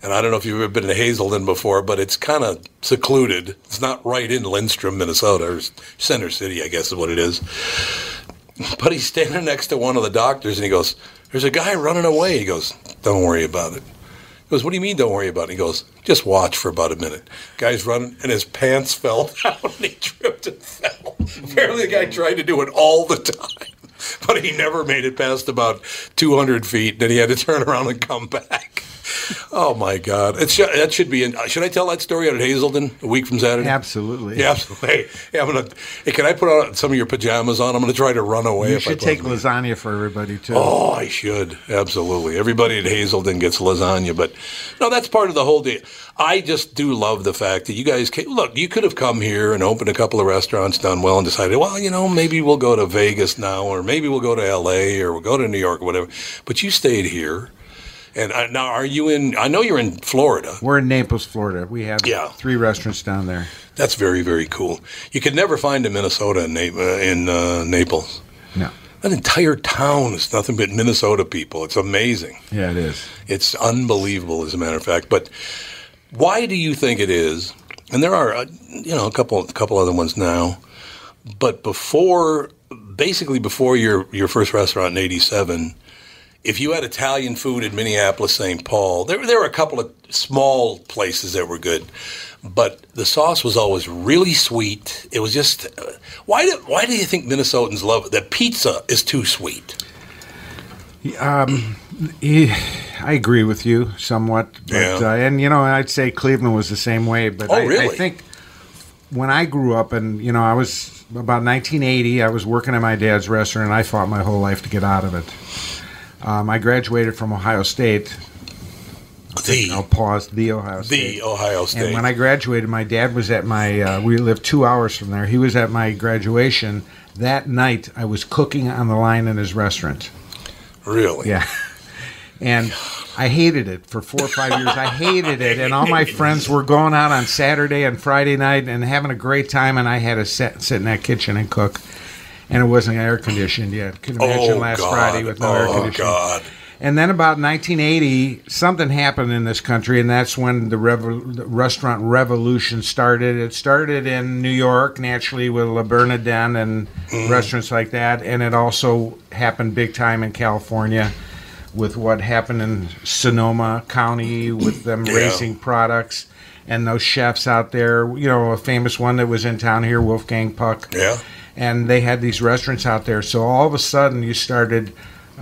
C: And I don't know if you've ever been to Hazelden before, but it's kind of secluded. It's not right in Lindstrom, Minnesota, or Center City, I guess is what it is. But he's standing next to one of the doctors and he goes, There's a guy running away. He goes, Don't worry about it. He goes, What do you mean, don't worry about it? He goes, Just watch for about a minute. Guy's running and his pants fell down and he tripped and fell. Apparently, the guy tried to do it all the time, but he never made it past about 200 feet. Then he had to turn around and come back. Oh my God! It sh- that should be. In- should I tell that story out at Hazelden a week from Saturday?
K: Absolutely.
C: Yeah, absolutely. Hey, I'm gonna. Hey, can I put on some of your pajamas on? I'm gonna try to run away.
K: You
C: if
K: should
C: I
K: take lasagna for everybody too.
C: Oh, I should. Absolutely. Everybody at Hazelden gets lasagna, but no, that's part of the whole deal. I just do love the fact that you guys came. Look, you could have come here and opened a couple of restaurants, done well, and decided, well, you know, maybe we'll go to Vegas now, or maybe we'll go to LA, or we'll go to New York, or whatever. But you stayed here. And I, now, are you in? I know you're in Florida.
K: We're in Naples, Florida. We have
C: Yeah.
K: three restaurants down there.
C: That's very, very cool. You could never find in Minnesota in, Na- uh, in uh, Naples.
K: No.
C: That entire town is nothing but Minnesota people. It's amazing.
K: Yeah, it is.
C: It's unbelievable, as a matter of fact. But why do you think it is? And there are, uh, you know, a couple, a couple other ones now. But before, basically before your your first restaurant in '87, if you had Italian food in Minneapolis, St. Paul, there there were a couple of small places that were good, but the sauce was always really sweet. It was just uh, why do why do you think Minnesotans love that pizza is too sweet?
K: Um, eh, I agree with you somewhat. But,
C: Yeah.
K: uh, and you know, I'd say Cleveland was the same way. But
C: Oh,
K: I, I
C: really?
K: think when I grew up, and you know, I was about 1980. I was working at my dad's restaurant, and I fought my whole life to get out of it. Um, I graduated from Ohio State.
C: The
K: I'll pause. The Ohio State.
C: The Ohio State.
K: And when I graduated, my dad was at my. Uh, we lived two hours from there. He was at my graduation that night. I was cooking on the line in his restaurant.
C: really?
K: Yeah. And I hated it for four or five years. I hated it. And all my friends were going out on Saturday and Friday night and having a great time. And I had to sit, sit in that kitchen and cook. And it wasn't air conditioned yet. Could imagine
C: Oh,
K: last
C: God.
K: Friday with no air
C: Oh,
K: conditioning.
C: God.
K: And then about 1980, something happened in this country, and that's when the, revo- the restaurant revolution started. It started in New York, naturally, with La Bernardin and
C: Mm-hmm.
K: restaurants like that, and it also happened big time in California with what happened in Sonoma County with them
C: Yeah.
K: raising products and those chefs out there. You know, a famous one that was in town here, Wolfgang Puck
C: Yeah.
K: and they had these restaurants out there. So all of a sudden, you started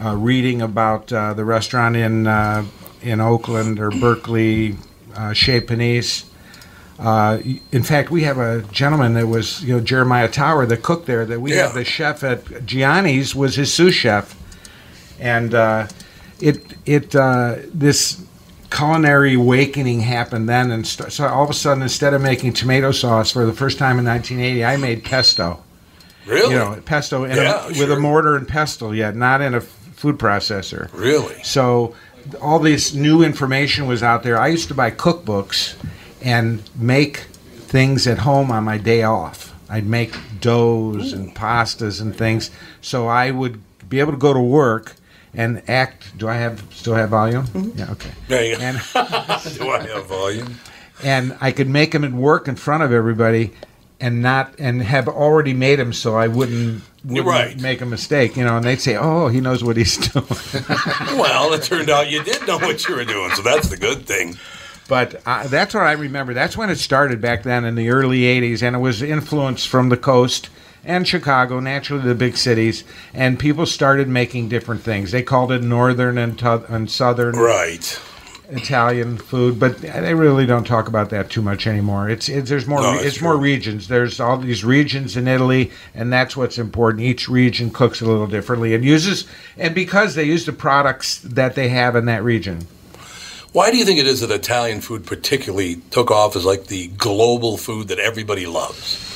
K: uh, reading about uh, the restaurant in uh, in Oakland or Berkeley, uh, Chez Panisse. Uh, in fact, we have a gentleman that was you know Jeremiah Tower, the cook there. That we
C: Yeah.
K: have the chef at Gianni's was his sous chef, and uh, it it uh, this culinary awakening happened then and st- so all of a sudden instead of making tomato sauce for the first time in 1980 i made pesto
C: Really?
K: you know, pesto in a-
C: Yeah,
K: with a mortar and pestle, yet not in a f- food processor.
C: Really?
K: So all this new information was out there. I used to buy cookbooks and make things at home on my day off. I'd make doughs and pastas and things, so I would be able to go to work and act. Do I have still have volume? Yeah. Okay.
C: There you go. Do I have volume?
K: and I could make them at work in front of everybody, and not and have already made them so I wouldn't.
C: You're
K: wouldn't
C: right.
K: Make a mistake, you know, and they'd say, "Oh, he knows what he's doing."
C: well, it turned out you did know what you were doing, so that's the good thing.
K: but uh, that's what I remember. That's when it started back then in the early '80s, and it was influenced from the coast and Chicago, naturally the big cities, and people started making different things. They called it northern and, to- and southern,
C: Right.
K: Italian food, but they really don't talk about that too much anymore. It's, it's there's more
C: No,
K: re-
C: that's
K: it's more regions. There's all these regions in Italy, and that's what's important. Each region cooks a little differently and uses and because they use the products that they have in that region.
C: Why do you think it is that Italian food particularly took off as like the global food that everybody loves?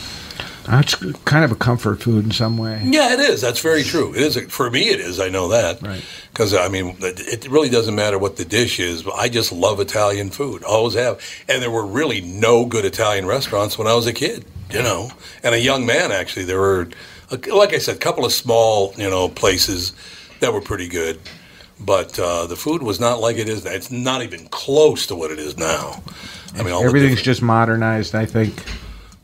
K: Uh, It's kind of a comfort food in some way.
C: Yeah, it is. That's very true. It is for me. It is. I know that. Right. Because I mean, it it really doesn't matter what the dish is. But I just love Italian food. Always have. And there were really no good Italian restaurants when I was a kid. You know, and a young man actually. There were, uh, like I said, a couple of small you know places that were pretty good. But uh, the food was not like it is now. It's not even close to what it is now. I mean, all the
K: Everything's just modernized, I think.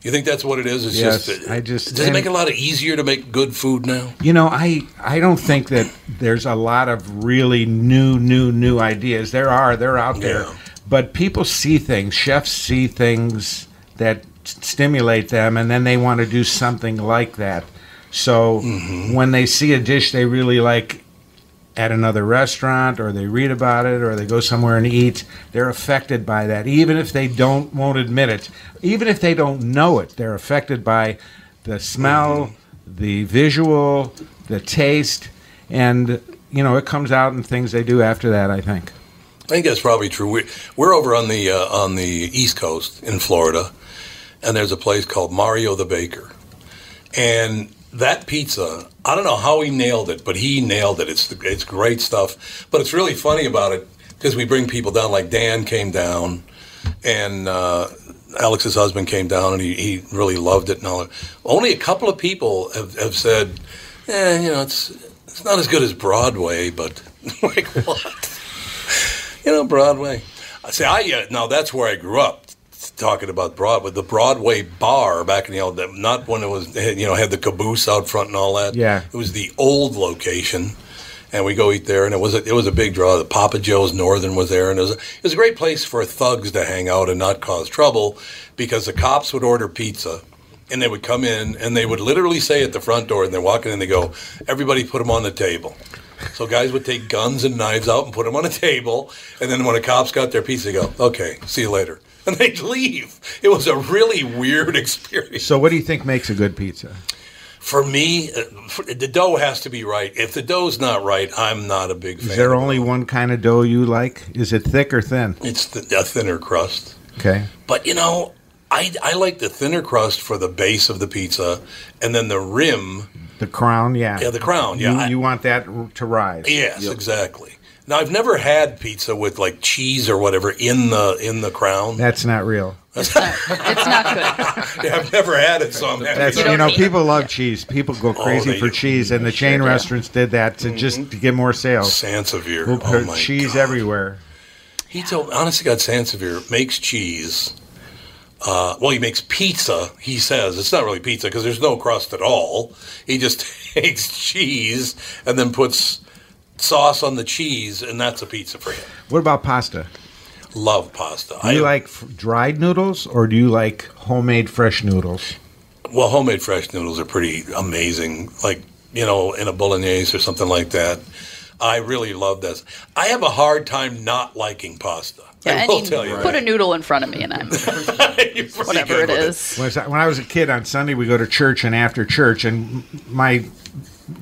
C: You think that's what it is? It's
K: Yes,
C: just.
K: I just-
C: does it
K: and-
C: make it a lot easier to make good food now?
K: You know, I I don't think that there's a lot of really new, new, new ideas. There are, they're out there, but people see things. Chefs see things that s- stimulate them, and then they want to do something like that. So when they see a dish they really like at another restaurant, or they read about it, or they go somewhere and eat, they're affected by that, even if they don't won't admit it, even if they don't know it, they're affected by the smell the visual, the taste, and you know it comes out in things they do after that. I think.
C: I think that's probably true. We're, we're over on the uh, on the East Coast in Florida, and there's a place called Mario the Baker, and that pizza. I don't know how he nailed it, but he nailed it. It's the, it's great stuff. But it's really funny about it because we bring people down. Like Dan came down, and uh, Alex's husband came down, and he, he really loved it. And all that. only a couple of people have, have said, eh, you know, it's it's not as good as Broadway, but like what? you know, Broadway. I say, I uh, now that's where I grew up t- talking about Broadway, the Broadway bar back in the old, not when it was you know had the caboose out front and all that.
K: Yeah.
C: it was the old location. And we go eat there, and it was a, it was a big draw. The Papa Joe's Northern was there, and it was, a, it was a great place for thugs to hang out and not cause trouble, because the cops would order pizza, and they would come in and they would literally say at the front door, and they're walking in, they go, "Everybody, put them on the table." So guys would take guns and knives out and put them on a table, and then when the cops got their piece, they go, "Okay, see you later," and they'd leave. It was a really weird experience
K: So, what do you think makes a good pizza?
C: for me. uh, for- The dough has to be right. If the dough's not right, I'm not a big
K: Is
C: fan.
K: there only one kind of dough you like? Is it thick or thin?
C: It's th- a thinner crust,
K: Okay.
C: but you know, I I like the thinner crust for the base of the pizza, and then the rim.
K: The crown, yeah.
C: Yeah, the crown, yeah,
K: You,
C: I-
K: you want that r- to rise.
C: Yes, exactly. Now I've never had pizza with like cheese or whatever in the in the crown.
K: That's not real.
C: Yeah, I've never had it, so I'm happy.
K: That's you know people love cheese. People go crazy
C: Oh, they
K: for
C: do. Mm-hmm.
K: cheese, and the chain
C: do.
K: restaurants did that to just to get more sales.
C: Sansevier,
K: We'll
C: oh
K: put
C: my
K: cheese everywhere.
C: He told, honestly, God, Sansevier makes cheese. Uh, well, he makes pizza. He says it's not really pizza because there's no crust at all. He just takes cheese and then puts sauce on the cheese, and that's a pizza for him.
K: What about pasta?
C: Love pasta.
K: Do you like f- dried noodles or do you like homemade fresh noodles?
C: Well, homemade fresh noodles are pretty amazing. Like you know, in a bolognese or something like that. I really love this. I have a hard time not liking pasta. I
E: Yeah,
C: will
E: and
C: tell you.
E: put
C: that.
E: a noodle in front of me, and I'm whatever it is.
K: When I was- when I was a kid on Sunday, we go to church, and after church, and m- my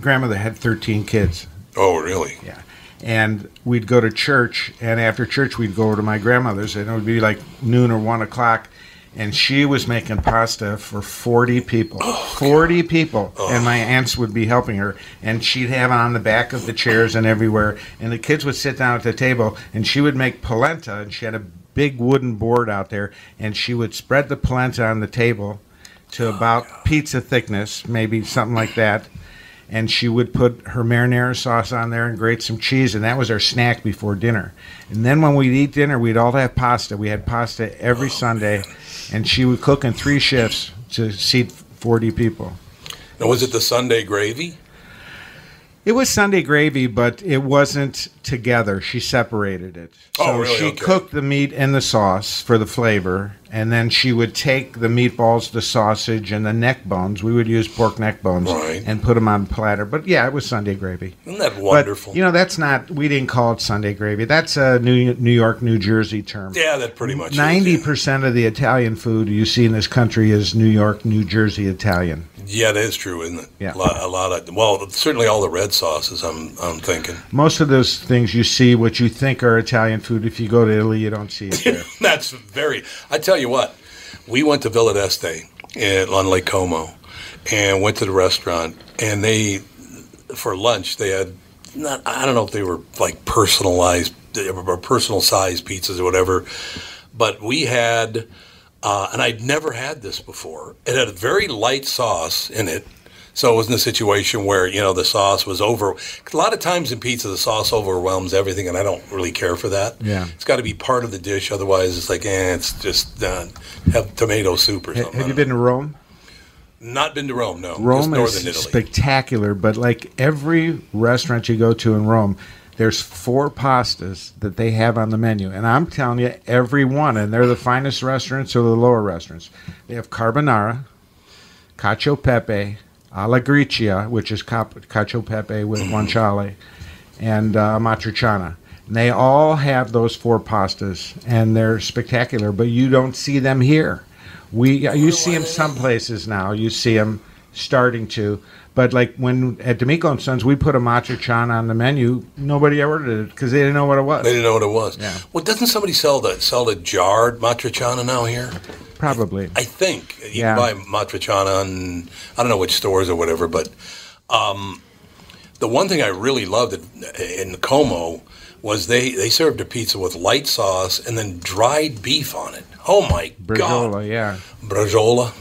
K: grandmother had 13 kids.
C: Oh, really?
K: Yeah. And we'd go to church, and after church, we'd go over to my grandmother's, and it would be like noon or one o'clock. And she was making pasta for 40 people.
C: Oh,
K: 40 people. And my aunts would be helping her. And she'd have it on the back of the chairs and everywhere. And the kids would sit down at the table, and she would make polenta. And she had a big wooden board out there, and she would spread the polenta on the table to about pizza thickness, maybe something like that. and she would put her marinara sauce on there and grate some cheese, and that was our snack before dinner. And then when we'd eat dinner, we'd all have pasta. We had pasta every Sunday, and she would cook in three shifts to seat 40 people.
C: Now, was it the Sunday gravy?
K: It was Sunday gravy, but it wasn't together. She separated it. So
C: Oh, really?
K: she
C: Okay.
K: cooked the meat and the sauce for the flavor, and then she would take the meatballs, the sausage, and the neck bones. We would use pork neck bones
C: Right.
K: and put them on platter. But yeah, it was Sunday gravy.
C: Isn't that wonderful?
K: But, you know, that's not. We didn't call it Sunday gravy. That's a New New York, New Jersey term.
C: yeah, that pretty much. is,
K: Ninety percent of the Italian food you see in this country is New York, New Jersey Italian.
C: Yeah, that is true, isn't it?
K: Yeah.
C: A lot, a lot of well, certainly all the red sauces. I'm, I'm thinking.
K: Most of those things you see, what you think are Italian food, if you go to Italy, you don't see it there.
C: That's very. I tell you what, we went to Villa d'Este in, on Lake Como, and went to the restaurant, and they for lunch they had not. I don't know if they were like personalized or personal size pizzas or whatever, but we had, uh, and I'd never had this before. It had a very light sauce in it. So it wasn't a situation where you know the sauce was over. 'cause A lot of times in pizza, the sauce overwhelms everything, and I don't really care for that.
K: Yeah.
C: It's got to be part of the dish, otherwise it's like, eh, it's just uh, have tomato soup or
K: Ha-
C: something.
K: Have you been to Rome?
C: Not been to Rome, no. just
K: Rome
C: northern
K: is
C: Italy.
K: spectacular, but like every restaurant you go to in Rome, there's four pastas that they have on the menu, and I'm telling you, every one, and they're the finest restaurants or the lower restaurants. They have carbonara, cacio pepe, alla gricia, which is cap- cacio pepe with guanciale, and uh, matriciana. And they all have those four pastas, and they're spectacular. But you don't see them here. We uh, you see them some places now. You see them starting to, but like when at D'Amico and Sons, we put a matriciana on the menu. Nobody ordered it because they didn't know what it was.
C: They didn't know what it was.
K: Yeah.
C: Well, doesn't somebody sell the sell the jarred matriciana now here?
K: Probably.
C: I think you
K: Yeah.
C: can buy matriciana on I don't know which stores or whatever, but um, the one thing I really loved in, in Como was they they served a pizza with light sauce and then dried beef on it. Oh my god,
K: Brazola, yeah.
C: brajola,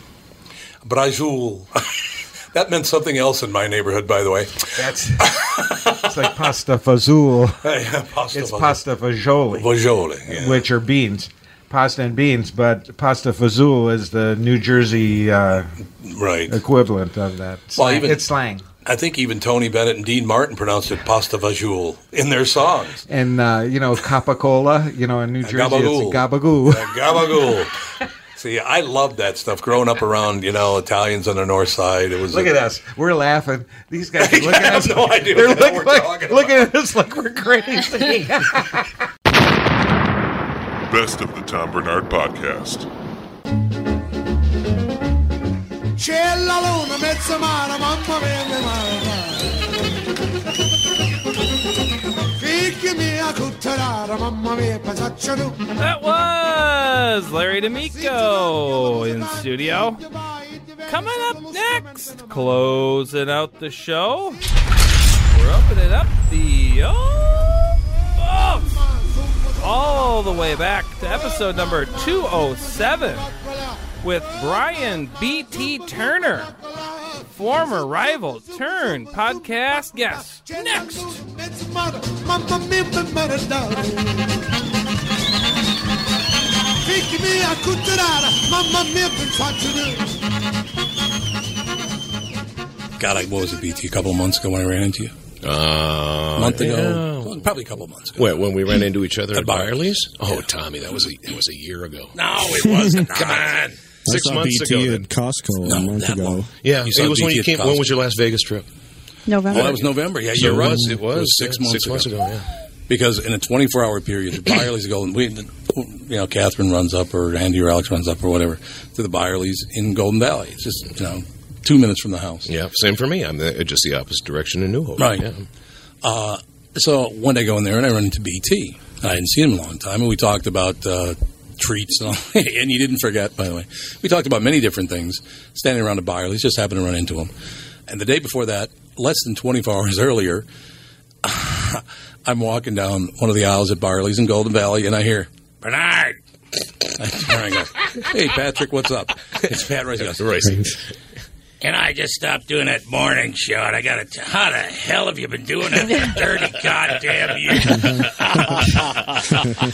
C: brajoule. that meant something else in my neighborhood, by the way.
K: That's it's like pasta fazool.
C: pasta
K: it's
C: fazool.
K: pasta fagioli.
C: Fagioli,
K: which are beans, pasta and beans. But pasta fazool is the New Jersey uh,
C: right
K: equivalent of that. Slang- it's slang.
C: I think even Tony Bennett and Dean Martin pronounced it pasta vajoule in their songs.
K: and uh, you know capicola. You know in New Jersey
C: gabagool.
K: it's a gabagool.
C: Gabagool. See, I love that stuff. Growing up around, you know, Italians on the north side, it was.
K: Look at us. We're laughing. These guys are looking
C: I
K: at
C: have
K: us.
C: no idea
K: They're
C: what the hell
K: look-
C: we're
K: like-
C: talking
K: looking at us like we're crazy.
I: Best of the Tom Bernard Podcast.
J: C'è la luna, mezzamana, er mamma mia, mia mamma. Figlia mia, cutterara, er mamma mia, pasaccia tu.
F: That was Larry D'Amico in studio. Coming up next, closing out the show. We're opening up the oh, oh, all the way back to episode number 207 with Brian BT Turner, former rival turned podcast guest. Next.
J: er Mamma mia, per maradare. Figlia mia, cutterara, er mamma mia, pasaccia tu.
C: God, I, what was it, BT? A couple of months ago when I ran into you?
N: Oh,
C: Uh, a month ago?
M: yeah.
C: Well, probably a couple of months ago.
M: Wait, when we ran into each other
C: At
M: at
C: Byerly's?
M: Byerly's? Oh, Tommy, that was a that was a year ago.
C: No, Oh, it wasn't. Come on.
M: Six months ago.
N: at Costco a month ago.
M: Yeah,
C: You saw
M: it was when
C: BT
M: you
C: at
M: came. When
C: Costco.
M: was your last Vegas trip?
C: Well, that was November. Yeah,
M: So
C: you're
M: it
C: right.
M: was- it was,
C: six
M: yeah,
C: months
M: six
C: ago.
M: months ago, yeah.
C: Because in a 24 hour period, the Byerly's go, and we, you know, Catherine runs up or Andy or Alex runs up or whatever to the Byerly's in Golden Valley. It's just, you know, two minutes from the house.
M: Yeah, same for me. I'm the, just the opposite direction in New Hope.
C: Right.
M: Yeah.
C: Uh, so one day I go in there and I run into BT. I hadn't seen him in a long time, and we talked about uh, treats and all. and you didn't forget, by the way. We talked about many different things. Standing around a buyer, at least just happened to run into him. And the day before that, less than 24 hours earlier, I'm walking down one of the aisles at Barley's in Golden Valley, and I hear Bernard. I turn and go, "Hey, Patrick, what's up?" It's Pat Rice. He goes,
N: Can I just stop doing that morning show? And I got to tell, how the hell have you been doing it for thirty goddamn years?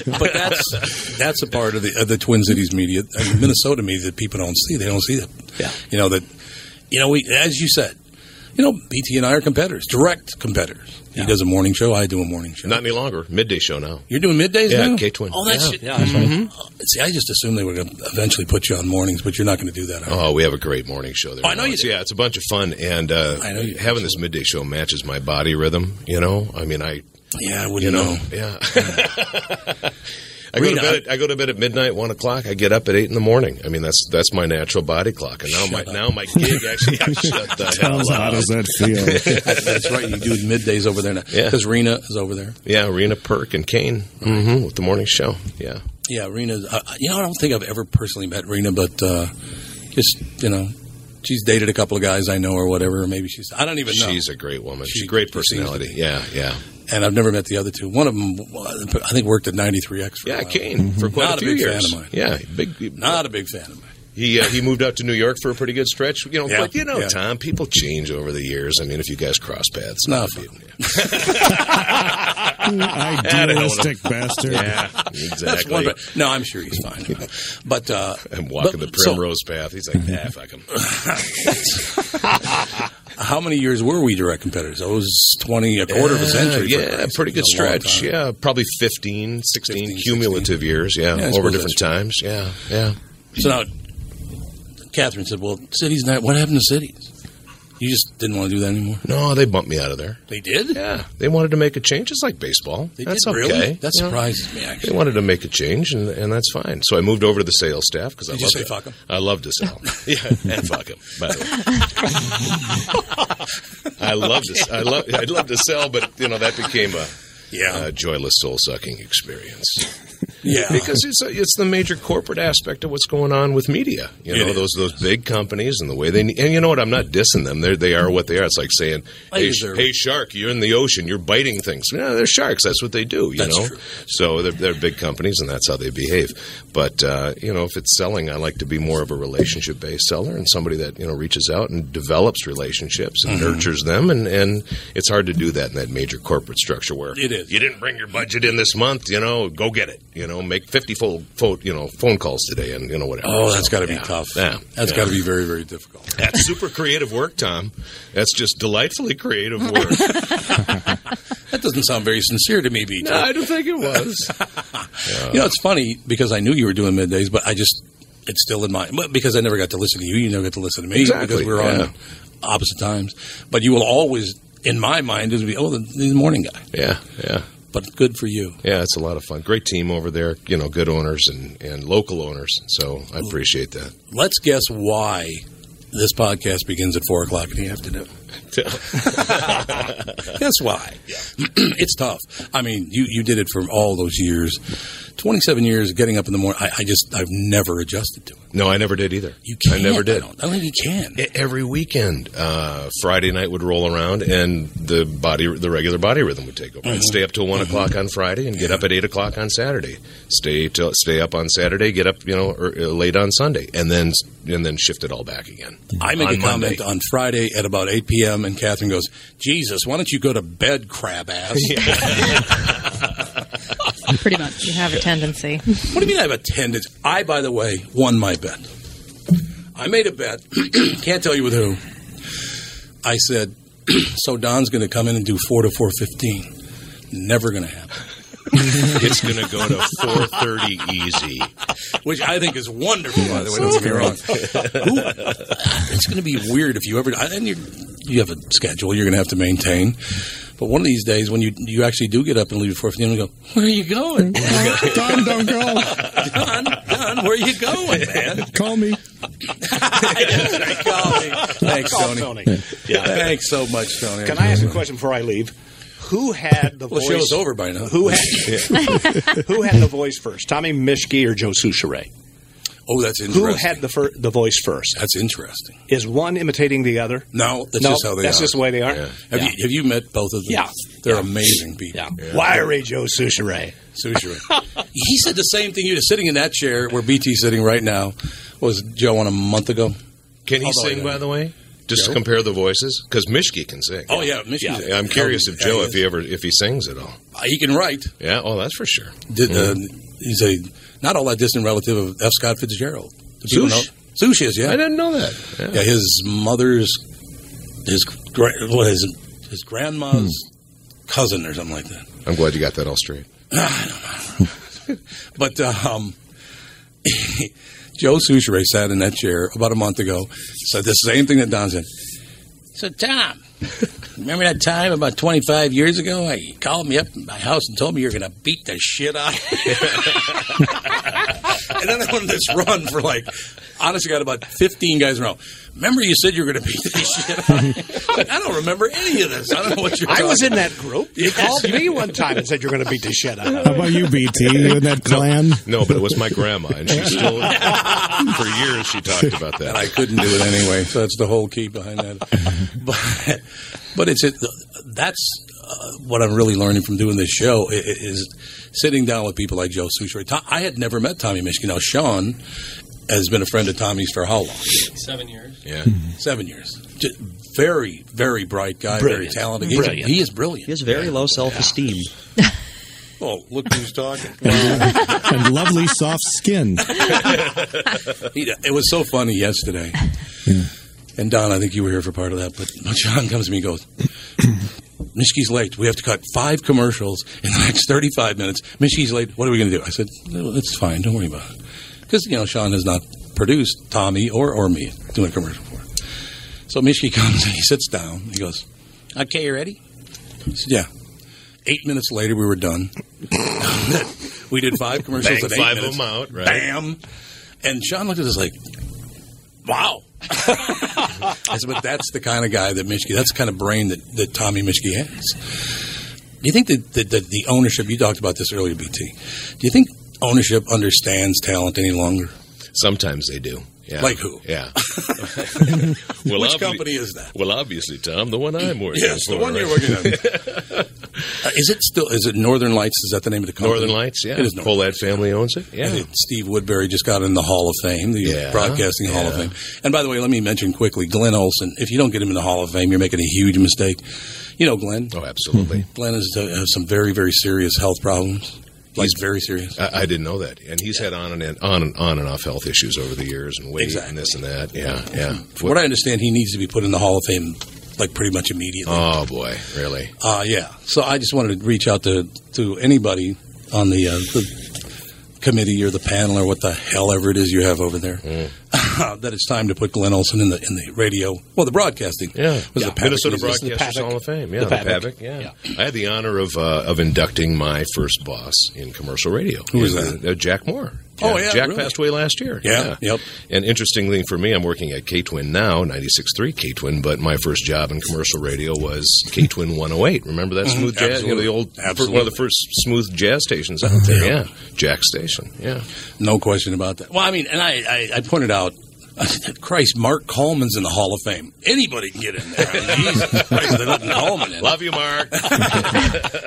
C: but that's that's a part of the of the Twin Cities media, I mean, Minnesota media that people don't see. They don't see that. Yeah. You know that. You know we as you said. You know BT and I are competitors, direct competitors. He does a morning show. I do a morning show.
M: Not any longer. Midday show now.
C: You're doing middays
M: Yeah,
C: now?
M: K Twin.
C: Oh, that's
M: Yeah. Mm-hmm.
C: yeah.
M: Yeah, that's right.
C: See, I just assumed they were going to eventually put you on mornings, but you're not going to do that. Are you?
M: Oh, we have a great morning show there.
C: Oh, I know you
M: It's-
C: do.
M: Yeah, it's a bunch of fun, and uh,
C: I know you do.
M: having this midday show matches my body rhythm. You know, I mean, I
C: Yeah, I wouldn't
M: you
C: know.
M: Yeah, I go to
C: Rita,
M: bed. At, I go to bed at midnight, one o'clock. I get up at eight in the morning. I mean, that's that's my natural body clock. And now my now my gig actually yeah, shut the hell up.
C: how does that
M: feel?
C: That's right. You do middays over there now because Rena is over there.
M: Yeah, Rena Perk and Kane hmm with the morning show. Yeah,
C: Yeah, Rena's. Uh, you know, I don't think I've ever personally met Rena, but uh, just you know, she's dated a couple of guys I know or whatever. Or maybe she's. I don't even know.
M: She's a great woman. She's a great personality. Yeah, yeah.
C: And I've never met the other two. One of them, I think, worked at 93X. For
M: Yeah,
C: a while. Mhm.
M: Kane for
C: Mm-hmm.
M: quite
C: Not
M: a few
C: big
M: years.
C: Fan of mine.
M: Yeah, big.
C: Not a big fan of mine.
M: He uh, he moved out to New York for a pretty good stretch. You know,
C: Yeah,
M: but you know,
C: yeah.
M: Tom, people change over the years. I mean, if you guys cross paths,
C: No,
M: it'll be-
C: Idealistic
M: bastard. Yeah, exactly.
C: That's one, but no, I'm sure he's fine. But uh,
M: I'm walking
C: but-
M: the primrose path. He's like, nah, fuck him.
C: How many years were we direct competitors? It was 20, a quarter of a
M: Yeah,
C: century. for
M: Yeah,
C: Christ's
M: pretty
C: sake.
M: good
C: It's a long
M: stretch.
C: time.
M: Yeah, probably 15, 16 cumulative years. Yeah,
C: Yeah, I
M: over
C: suppose
M: different times. Yeah, yeah.
C: So now, Catherine said, "Well, cities night. What happened to cities? You just didn't want to do that anymore."
M: No, they bumped me out of there.
C: They did.
M: Yeah, they wanted to make a change. It's like baseball.
C: They
M: that's
C: did,
M: okay.
C: really? That
M: You know,
C: surprises me, actually.
M: They wanted to make a change, and, and that's fine. So I moved over to the sales staff because I
C: Did you
M: love
C: say
M: it.
C: fuck 'em?
M: I love to sell. yeah, and fuck him. By the way, I love to. I love. I'd love to sell, but you know that became a
C: yeah
M: a joyless soul sucking experience.
C: Yeah.
M: because it's a, it's the major corporate aspect of what's going on with media. You
C: It
M: know
C: is.
M: those those big companies and the way they and you know what I'm not dissing them. They they are what they are. It's like saying,
C: They
M: hey, sh-
C: deserve
M: hey shark, you're in the ocean, you're biting things. No, they're sharks. That's what they do. You
C: That's
M: know.
C: true.
M: So they're, they're big companies and that's how they behave. But uh, you know, if it's selling, I like to be more of a relationship based seller and somebody that you know reaches out and develops relationships and
C: Mhm.
M: nurtures them. And and it's hard to do that in that major corporate structure where
C: It is.
M: You didn't bring your budget in this month, you know. Go get it. You know, make fifty fold, fo- you know, phone calls today, and you know whatever.
C: Oh, that's
M: So,
C: got to be
M: yeah.
C: tough.
M: Yeah,
C: That's
M: yeah.
C: got to be very, very difficult.
M: That's super creative work, Tom. That's just delightfully creative work.
C: That doesn't sound very sincere to me, BT.
M: no, I don't think it was.
C: You know, it's funny because I knew you were doing middays, but I just it's still in my but because I never got to listen to you. You never got to listen to me
M: Exactly,
C: because we were on
M: yeah.
C: opposite times. But you will always, in my mind, is be oh the, the morning guy.
M: Yeah, yeah.
C: But good for you.
M: Yeah, it's a lot of fun. Great team over there. You know, good owners and, and local owners. So I appreciate that.
C: Let's guess why this podcast begins at four o'clock in the afternoon. Guess why? it's tough. I mean, you, you did it for all those years, twenty seven years. Getting up in the morning, I, I just I've never adjusted to it.
M: No, I never did either.
C: You can't.
M: I never did.
C: I don't, I don't think you can.
M: E- Every weekend, uh, Friday night would roll around, and the body, the regular body rhythm would take over. I'd
C: Mhm.
M: stay up till one o'clock on Friday, and get up at eight o'clock on Saturday. Stay till stay up on Saturday, get up you know er, er, late on Sunday, and then and then shift it all back again.
C: I make
M: on
C: a comment
M: Monday.
C: on Friday at about 8 p.m., and Catherine goes, Jesus, why don't you go to bed, crab ass?
O: Pretty much. You have a tendency.
C: what do you mean I have a tendency? I, by the way, won my bet. I made a bet. Can't tell you with who. I said, so Don's going to come in and do 4 to 4.15. Never going to happen.
M: it's going to go to four thirty easy.
C: Which I think is wonderful, by the way. Don't get me wrong. Who, it's going to be weird if you ever. And you you have a schedule you're going to have to maintain. But one of these days, when you you actually do get up and leave at four fifteen, and go, where are you going?
P: Don, don't go.
C: Don, Don, where are you going, man?
P: Call me.
C: Thanks,
Q: Call
C: Tony.
Q: Tony.
C: Yeah. Thanks so much, Tony.
Q: Can I ask a question before I leave? Who had the
C: Well,
Q: voice?
C: show's over by now.
Q: Who had, who had the voice first? Tommy Mishke or Joe Souchere?
C: Oh, that's
Q: Who
C: interesting.
Q: had the fir- the voice first?
C: That's interesting.
Q: Is one imitating the other?
C: No, that's just how they
Q: that's
C: are.
Q: just the way they are.
C: Have, You, have you met both of them?
Q: Yeah.
C: They're
Q: Yeah.
C: amazing people.
Q: Yeah. Wiry
C: Oh,
Q: Joe Souchere.
C: Souchere. he said the same thing. You're sitting in that chair where BT's sitting right now. Was Joe on a month ago?
M: Can he
C: Although I
M: sing?
C: don't
M: By
C: know.
M: the way, Just to
C: Joe?
M: compare the voices, because Mishki can sing.
C: Oh, yeah, Mishki's-
M: Yeah, I'm curious
C: Oh,
M: if
C: yeah,
M: Joe,
C: he
M: if he ever, if he sings at all.
C: Uh, He can write.
M: Yeah, oh, that's for sure.
C: Did, uh,
M: Mm.
C: he's a not all that distant relative of F. Scott Fitzgerald. Do people
M: Sush?
C: know- Sush is, yeah.
M: I didn't know that.
C: Yeah, his mother's his gra- well, his his grandma's cousin or something like that.
M: I'm glad you got that all straight.
C: But um, Joe Souchere sat in that chair about a month ago. Said the same thing that Don said. So, Tom, remember that time about 25 years ago? I you called me up at my house and told me you were going to beat the shit out of me. and then I went on this run for like, honestly, got about 15 guys around. Remember you said you were going to beat the shit out of me? Like, I don't remember any of this. I don't know what you're
Q: I was
C: talking
Q: in that
C: about.
Q: group. You
C: Yes.
Q: called me one time and said you're going to beat the shit out of me.
P: How about you, BT? You in that clan?
M: No, but it was my grandma, and she still for years she talked about that.
C: And I couldn't do it anyway, so that's the whole key behind that. but, but it's it, that's uh, what I'm really learning from doing this show i- i- is sitting down with people like Joe Souchere. Tom, I had never met Tommy Michigan. Now Sean has been a friend of Tommy's for how long?
R: Seven years.
C: Yeah, seven years. Just very, very bright guy, very
R: Brilliant.
C: talented. He's-
R: Brilliant.
C: He is brilliant.
R: He has very low self-esteem.
C: Oh, look who's talking.
P: and lovely soft
C: He-
P: skin.
C: it was so funny yesterday. And Don, I think you were here for part of that. But John comes to me and goes, Mishki's late. We have to cut five commercials in the next 35 minutes. Mishki's late. What are we going to do? I said, "No, That's fine. Don't worry about it. Because, you know, Sean has not produced Tommy or, or me doing a commercial for it. So Mishki comes and he sits down. He goes, Okay, you ready? I said, yeah. Eight minutes later, we were done. we did five commercials
M: Bang
C: in eight
M: five of
C: minutes.
M: them out, right.
C: Bam. And Sean looked at us like, wow. I said, but that's the kind of guy that Mishke, that's the kind of brain that, that Tommy Mishke has. Do you think that, that, that the ownership, you talked about this earlier, BT, do you think ownership understands talent any longer?
M: Sometimes they do. Yeah.
C: Like who?
M: Yeah.
C: Which
M: obvi-
C: company is that?
M: Well, obviously, Tom, the one I'm working
C: Yes,
M: for.
C: the one you're
M: right?
C: working on. Uh, is it still? Is it Northern Lights? Is that the name of the company?
M: Northern Lights, yeah.
C: It is Northern.
M: Colad family owns it. Yeah.
C: And it- Steve Woodbury just got in the Hall of Fame, the
M: Yeah,
C: Broadcasting Hall of
M: yeah.
C: Fame. And by the way, let me mention quickly, Glenn Olson. If you don't get him in the Hall of Fame, you're making a huge mistake. You know, Glenn.
M: Oh, absolutely.
C: Glenn has, uh, has some very, very serious health problems. Like very serious.
M: I, I didn't know that, and he's had on and in, on and on and off health issues over the years, and weight and this and that. Yeah, yeah.
C: From what I understand, he needs to be put in the Hall of Fame, like pretty much immediately.
M: Oh boy, really?
C: Uh, yeah. So I just wanted to reach out to, to anybody on the, uh, the committee or the panel or what the hell ever it is you have over there.
M: Mm.
C: that it's time to put Glenn Olson in the in the radio. Well, the broadcasting.
M: Yeah,
C: was the
M: Yeah.
C: Pavic
M: Minnesota
C: Museum.
M: Broadcasters Hall of Fame. Yeah,
C: The
M: the
C: Pavic.
M: Pavic, yeah. I had the honor of uh, of inducting my first boss in commercial radio.
C: Who was
M: And, uh, Jack Moore.
C: Oh, yeah,
M: Jack
C: really?
M: passed away last year.
C: Yeah, yep.
M: And interestingly for me, I'm working at K Twin now, 96.3 K Twin, but my first job in commercial radio was K Twin 108. Remember that
C: Mhm,
M: smooth jazz? You know,
C: absolutely.
M: the old, one of
C: Absolutely. Mm-hmm.
M: the first smooth jazz stations out there.
C: Yep.
M: Yeah, Jack Station. Yeah.
C: No question about that. Well, I mean, and I I, I pointed out. I said, Christ, Mark Coleman's in the Hall of Fame. Anybody can get in there. I mean, Jesus Christ, they're letting Coleman in.
M: Love you, Mark.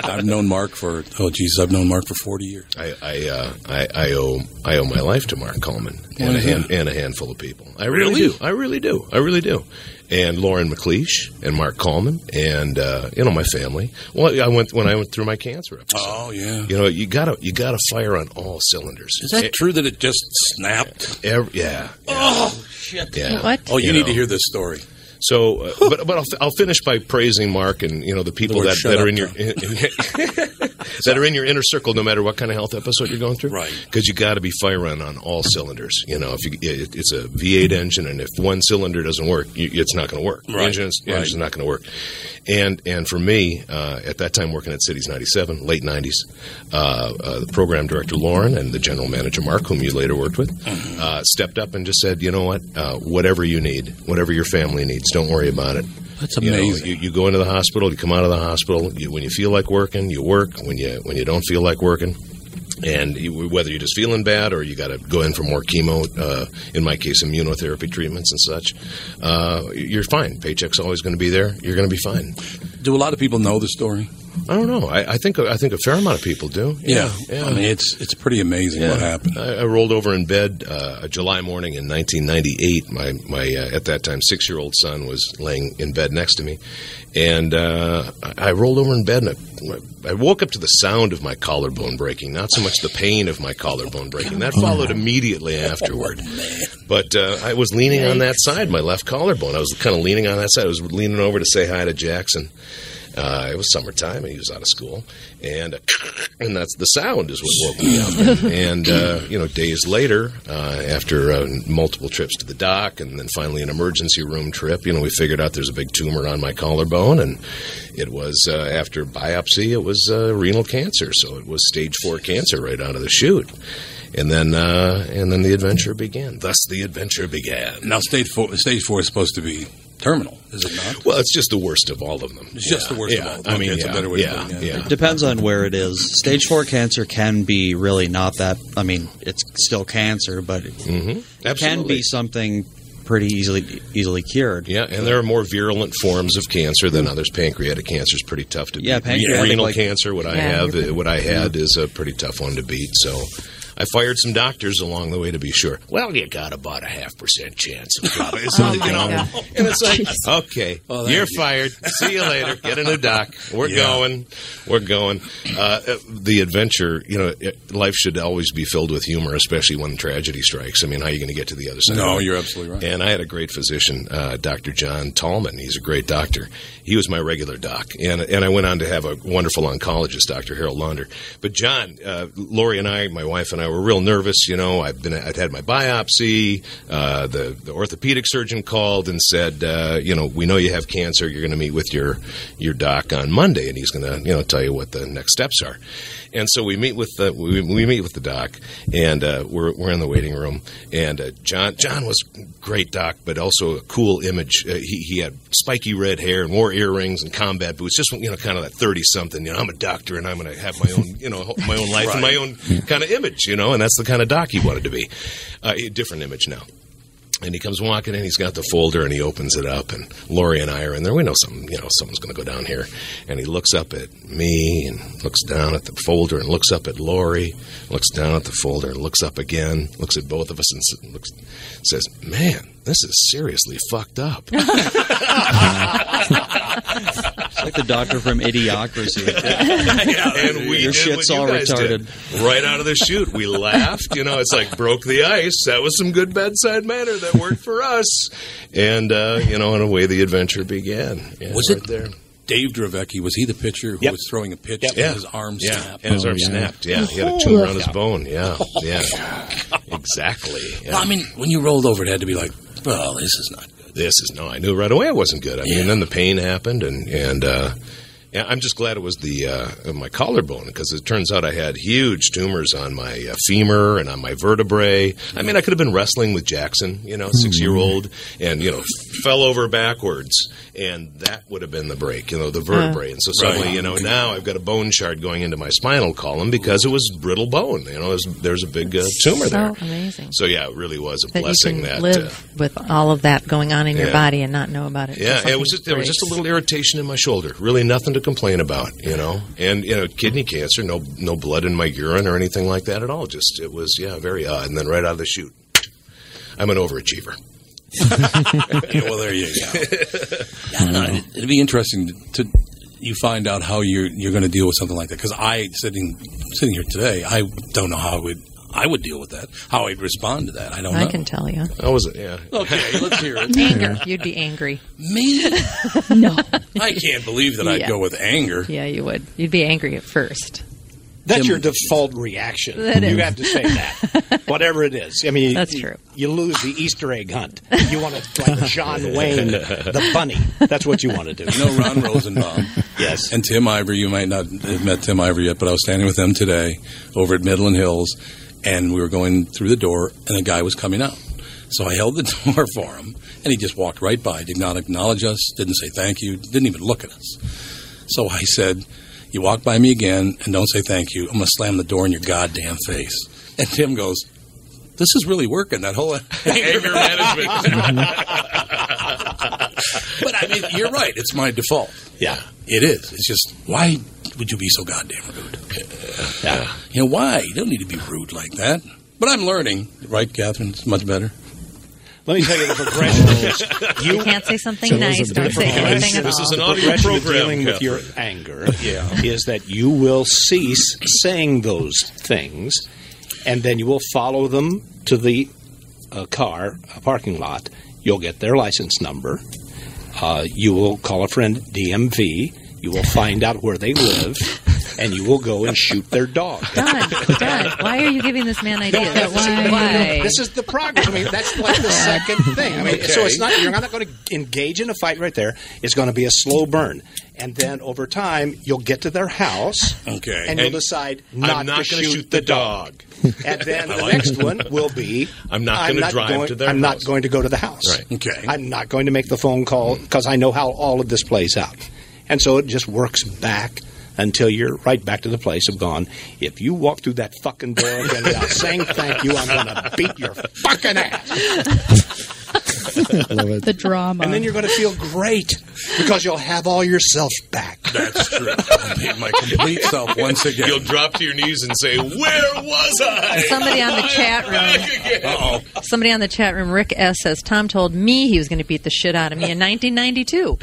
C: I've known Mark for oh Jesus, I've known Mark for forty years.
M: I I, uh, I I owe I owe my life to Mark Coleman and
C: Why
M: a,
C: is
M: hand,
C: that?
M: and a handful of people. I
C: Really?
M: really, do. I really do. I really do. And Lauren McLeish and Mark Coleman and uh, you know my family. Well, I went when I went through my cancer episode.
C: Oh yeah.
M: You know you gotta you gotta fire on all cylinders.
C: Is that
M: E-
C: true that it just snapped?
M: ev- yeah.
C: Oh shit!
M: Yeah.
C: Oh, you, need
M: know.
C: to hear this story.
M: So, uh, but but I'll, f- I'll finish by praising Mark and you know the people
C: Lord,
M: that,
C: shut
M: that
C: up,
M: are in your that are in your inner circle, no matter what kind of health episode you're going through, right? Because you got to be firing on all cylinders. You know, if you it, it's a V8 engine, and if one cylinder doesn't work, you, it's not going to work.
C: Right,
M: Engine's,
C: right.
M: engine's not going to work. And and for me, uh, at that time working at Cities 97, late 90s, uh, uh, the program director Lauren and the general manager Mark, whom you later worked with,
C: Mm-hmm.
M: uh, stepped up and just said, you know what, uh, whatever you need, whatever your family needs, don't worry about it.
C: That's
M: You know,
C: amazing.
M: You, you go into the hospital, you come out of the hospital. You, when you feel like working, you work. When you when you don't feel like working, and you, whether you're just feeling bad or you got to go in for more chemo, uh, in my case, immunotherapy treatments and such, uh, you're fine. Paycheck's always going to be there. You're going to be fine.
C: Do a lot of people know the story?
M: I don't know. I, I think I think a fair amount of people do.
C: Yeah. I mean, it's it's pretty amazing what happened.
M: I, I rolled over in bed uh, a July morning in 1998. My my uh, at that time six year old son was laying in bed next to me, and uh, I I rolled over in bed and I, I woke up to the sound of my collarbone breaking, not so much the pain of my collarbone breaking. That followed immediately afterward. But uh, I was leaning on that side, my left collarbone. I was kind of leaning on that side. I was leaning over to say hi to Jackson. Uh, it was summertime, and he was out of school, and a and that's the sound is what woke me up. And, uh, you know, days later, uh, after uh, multiple trips to the doc, and then finally an emergency room trip, you know, we figured out there's a big tumor on my collarbone, and it was uh, after biopsy, it was uh, renal cancer, so it was stage four cancer right out of the chute. And then, uh, and then the adventure began. Thus, the adventure began.
C: Now, stage four, stage four is supposed to be terminal, is it not?
M: Well, it's just the worst of all of them.
C: It's just the worst of all.
M: I
C: Okay,
M: mean,
C: it's a
M: yeah,
C: better way to
M: yeah,
C: put it,
M: yeah.
R: It depends on where it is. Stage four cancer can be really not that. I mean, it's still cancer, but it can
M: Mm-hmm. Absolutely.
R: be something pretty easily easily cured.
M: Yeah, and there are more virulent forms of cancer than others. Pancreatic cancer is pretty tough to beat.
R: Yeah, pancreatic,
M: renal
R: like-
M: cancer. What I
R: Yeah,
M: have,
R: you're-
M: uh, what I had, is a pretty tough one to beat. So, I fired some doctors along the way to be sure. Well, you got about a half percent chance of probably.
F: Oh,
M: you
F: my
M: know?
F: God.
M: And it's like,
F: Jeez.
M: okay,
F: Well,
M: you're
F: thank you.
M: fired. See you later. Get a new doc. We're
F: Yeah.
M: going. We're going. Uh, uh, the adventure. You know, it, life should always be filled with humor, especially when tragedy strikes. I mean, how are you going to get to the other side?
C: No,
M: of it?
C: you're absolutely right.
M: And I had a great physician, uh, Dr. John Tallman. He's a great doctor. He was my regular doc, and and I went on to have a wonderful oncologist, Dr. Harold Launder. But John, uh, Lori, and I, my wife and I, were real nervous. You know, I've been I'd had my biopsy. Uh, the the orthopedic surgeon called and said, uh, you know, we know you have cancer. You're going to meet with your your doc on Monday, and he's going to you know tell you what the next steps are. And so we meet with the we, we meet with the doc, and uh, we're we're in the waiting room. And uh, John John was a great doc, but also a cool image. Uh, he he had spiky red hair and wore earrings and combat boots. Just you know, kind of that thirty something. You know, I'm a doctor and I'm going to have my own you know my own life and my
F: Right.
M: own kind of image. You know, and that's the kind of doc he wanted to be. Uh, a different image now. And he comes walking in. He's got the folder, and he opens it up. And Lori and I are in there. We know something. You know, someone's going to go down here. And he looks up at me, and looks down at the folder, and looks up at Lori, looks down at the folder, and looks up again, looks at both of us, and s- looks, says, "Man, this is seriously fucked up."
R: It's like the doctor from Idiocracy.
M: Yeah, and we
R: Your
M: did
R: shit's
M: what you
R: all
M: guys
R: retarded.
M: did. Right out of the chute, we laughed. You know, it's like broke the ice. That was some good bedside manner that worked for us. And uh, you know, in a way, the adventure began. Yeah,
C: was
M: right
C: it
M: there?
C: Dave Dravecki? Was he the pitcher who
M: Yep.
C: was throwing a pitch
M: Yep.
C: and
M: Yeah.
C: his arm
M: Yeah.
C: snapped? Oh,
M: And his arm snapped. Oh, Yeah, he
O: Oh,
M: had a tumor on his bone. Yeah, yeah, exactly. Yeah.
C: Well, I mean, when you rolled over, it had to be like, well, this is not good.
M: This is no. I knew right away it wasn't good. I mean, then the pain happened, and and uh, yeah, I'm just glad it was the uh, my collarbone because it turns out I had huge tumors on my uh, femur and on my vertebrae. I mean, I could have been wrestling with Jackson, you know, six year old,
C: Mm-hmm.
M: and you know, fell over backwards, and that would have been the break, you know, the vertebrae. and so suddenly,
F: Right.
M: you know, now I've got a bone shard going into my spinal column because it was brittle bone. You know, there's, there's a big uh, tumor
O: so
M: there.
O: amazing
M: So yeah, it really was a
O: that
M: blessing
O: you can
M: that. uh,
O: live with all of that going on in your
M: yeah.
O: body and not know about it.
M: Yeah,
O: until
M: it was
O: something
M: just there was just a
O: breaks.
M: little irritation in my shoulder. Really, nothing to complain about, you know. And you know, kidney cancer, no no blood in my urine or anything like that at all. Just it was yeah, very odd. And then right out of the chute, I'm an overachiever.
C: yeah, well, there you go. Yeah, no, it- it'd be interesting to you find out how you're you're going to deal with something like that. Because I sitting sitting here today, I don't know how I would I would deal with that. How I'd respond to that, I don't
O: I
C: know.
O: can tell you.
M: I was yeah.
C: Okay, let's hear it.
O: Anger. You'd be angry.
C: Me?
O: no.
C: I can't believe that I'd
O: Yeah.
C: go with anger.
O: Yeah, you would. You'd be angry at first.
Q: That's your default reaction.
O: That
Q: you
O: is.
Q: have to say that, whatever it is. I mean,
O: That's
Q: you,
O: true.
Q: You lose the Easter egg hunt. You want to like John Wayne, the bunny. That's what you want to do.
C: You know Ron Rosenbaum.
Q: yes.
C: And Tim Ivory, you might not have met Tim Ivory yet, but I was standing with them today over at Midland Hills, and we were going through the door, and a guy was coming out. So I held the door for him, and he just walked right by, did not acknowledge us, didn't say thank you, didn't even look at us. So I said, You walk by me again and don't say thank you. I'm going to slam the door in your goddamn face. And Tim goes, This is really working, that whole anger management. but I mean, you're right. It's my default.
S: Yeah.
C: It is. It's just why would you be so goddamn rude? Yeah. You know why? You don't need to be rude like that. But I'm learning, right, Catherine? It's much better.
Q: Let me tell you the progression.
O: You can't say something
Q: So those
O: nice.
Q: are the
O: Don't say
Q: different
O: anything
Q: kinds.
O: at
Q: The
O: all.
Q: progression of Dealing with your anger
S: Yeah.
Q: is that you will cease saying those things, and then you will follow them to the uh, car uh, parking lot. You'll get their license number. Uh, you will call a friend DMV. You will find out where they live, and you will go and shoot their dog.
O: Done. Done. Why are you giving this man ideas?
Q: no,
O: Why?
Q: no, no. This is the progress. I mean, that's like the second thing. I mean, so it's not you're not going to engage in a fight right there. It's going to be a slow burn, and then over time you'll get to their house.
S: Okay.
Q: and you'll
S: And
Q: decide
S: I'm
Q: not,
S: not
Q: to
S: gonna
Q: shoot,
S: shoot
Q: the
S: the
Q: dog. and then
S: I
Q: the
S: like
Q: next
S: it.
Q: one will be
S: I'm not gonna drive
Q: going-
S: to their
Q: I'm
S: house.
Q: not going to go to the house.
S: Right. Okay.
Q: I'm not going to make the phone call because I know how all of this plays out, and so it just works back. Until you're right back to the place of gone. If you walk through that fucking door again without saying thank you, I'm going to beat your fucking ass.
O: Love it. The drama.
Q: And then you're going to feel great because you'll have all yourself back.
S: That's true.
C: my complete self once again.
S: You'll drop to your knees and say, "Where was I?"
O: Somebody on the chat room.
S: Uh-oh.
O: Somebody on the chat room, Rick S. says Tom told me he was going to beat the shit out of me in 1992.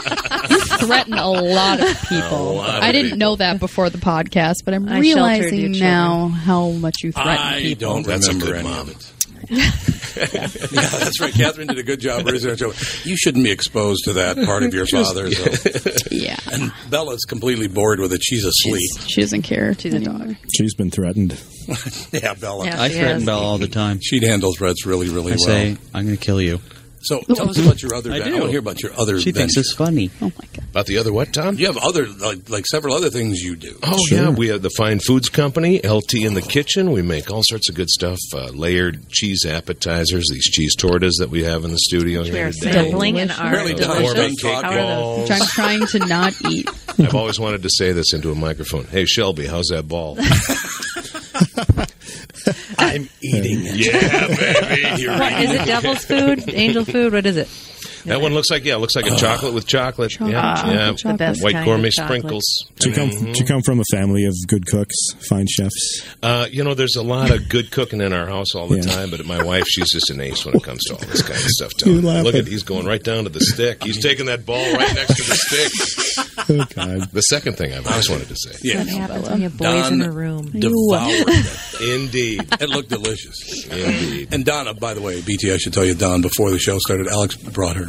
T: threaten a lot of people.
O: lot of
T: I didn't
O: people.
T: know that before the podcast, but I'm
O: I sheltered your
T: realizing
O: children.
T: now how much you threaten
C: I
T: people.
C: don't
S: That's a
C: remember
S: good
C: any of it. yeah, that's right. Catherine did a good job raising our children. You shouldn't be exposed to that part of your
T: Just-
C: father. So.
T: yeah.
C: And Bella's completely bored with it. She's asleep.
T: She doesn't care.
O: She's a dog.
P: She's been threatened.
C: yeah, Bella.
O: Yeah, I she threaten is.
R: Bella all the
C: time. She handles Reds really, really
R: I
C: well.
R: say, I'm going to kill you.
C: So tell us about your other.
R: I
C: I,
R: do.
C: I want to hear about your other.
R: She thinks
C: venture.
R: it's funny.
T: Oh,
M: About the other what, Tom?
C: You have other like, like several other things you do.
M: Oh yeah, we have the Fine Foods Company, LT in the kitchen. We make all sorts of good stuff, uh, layered cheese appetizers, these cheese tortas that we have in the studio.
O: we
M: here
O: are
M: today.
O: sampling and are
C: Really delicious.
M: Gourmet
C: How
M: cake
C: are
M: balls.
T: Which I'm trying to not eat.
M: I've always wanted to say this into a microphone. Hey Shelby, how's that ball?
Q: I'm eating it.
M: Yeah, baby. You're
O: What is it? Devil's food? Angel food? What is it?
M: That one looks like yeah, looks like a chocolate with chocolate. yeah,
O: Chocolate,
M: yeah.
O: chocolate. The best
M: white
O: kind
M: gourmet
O: of chocolate.
M: sprinkles. Mm-hmm.
P: Do you, come, do you come from a family of good cooks, fine chefs?
M: Uh, you know, there's a lot of good cooking in our house all the
P: Yeah.
M: time, but my wife, she's just an ace when it comes to all this kind of stuff.
P: You're
M: Tom. Look
P: laughing.
M: at he's going right down to the stick. He's taking that ball right next to the stick.
P: Oh, God.
M: The second thing I've always wanted to say.
O: What happens when you have boys in a room?
C: Devoured that.
M: Indeed.
C: It looked delicious.
M: Indeed.
C: And Donna, by the way, BT, I should tell you, Don, before the show started, Alex brought her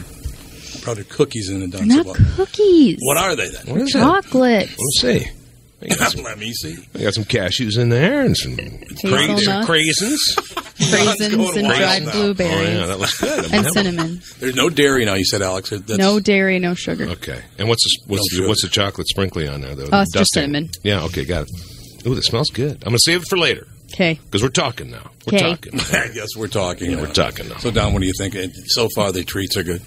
C: brought her cookies in and
T: They're
C: Don said,
T: not
C: well,
T: cookies.
C: What are they then?
M: What is it?
T: Chocolate.
M: Let's see. I got some-
C: Let me see.
M: I got some cashews in there and some
T: Hazelnuts.
M: craisins.
C: Let's
T: Raisins
C: go to
T: and
C: wild
T: dried
C: now.
T: blueberries.
M: Oh, yeah, that looks good. I'm
T: And
M: happy.
T: cinnamon.
C: There's no dairy now, you said, Alex. That's,
T: no dairy, no sugar.
M: Okay. And what's the, what's the, what's the chocolate sprinkly on there though?
T: Oh, it's just
M: Dusting.
T: cinnamon.
M: Yeah. Okay. Got it. Ooh, that smells good. I'm gonna save it for later
T: Okay.
M: because we're talking now. We're
T: 'Kay.
M: talking.
C: I guess we're talking.
M: Yeah, we're talking now.
C: So, Don, what do you think? Uh, So far, the treats are good.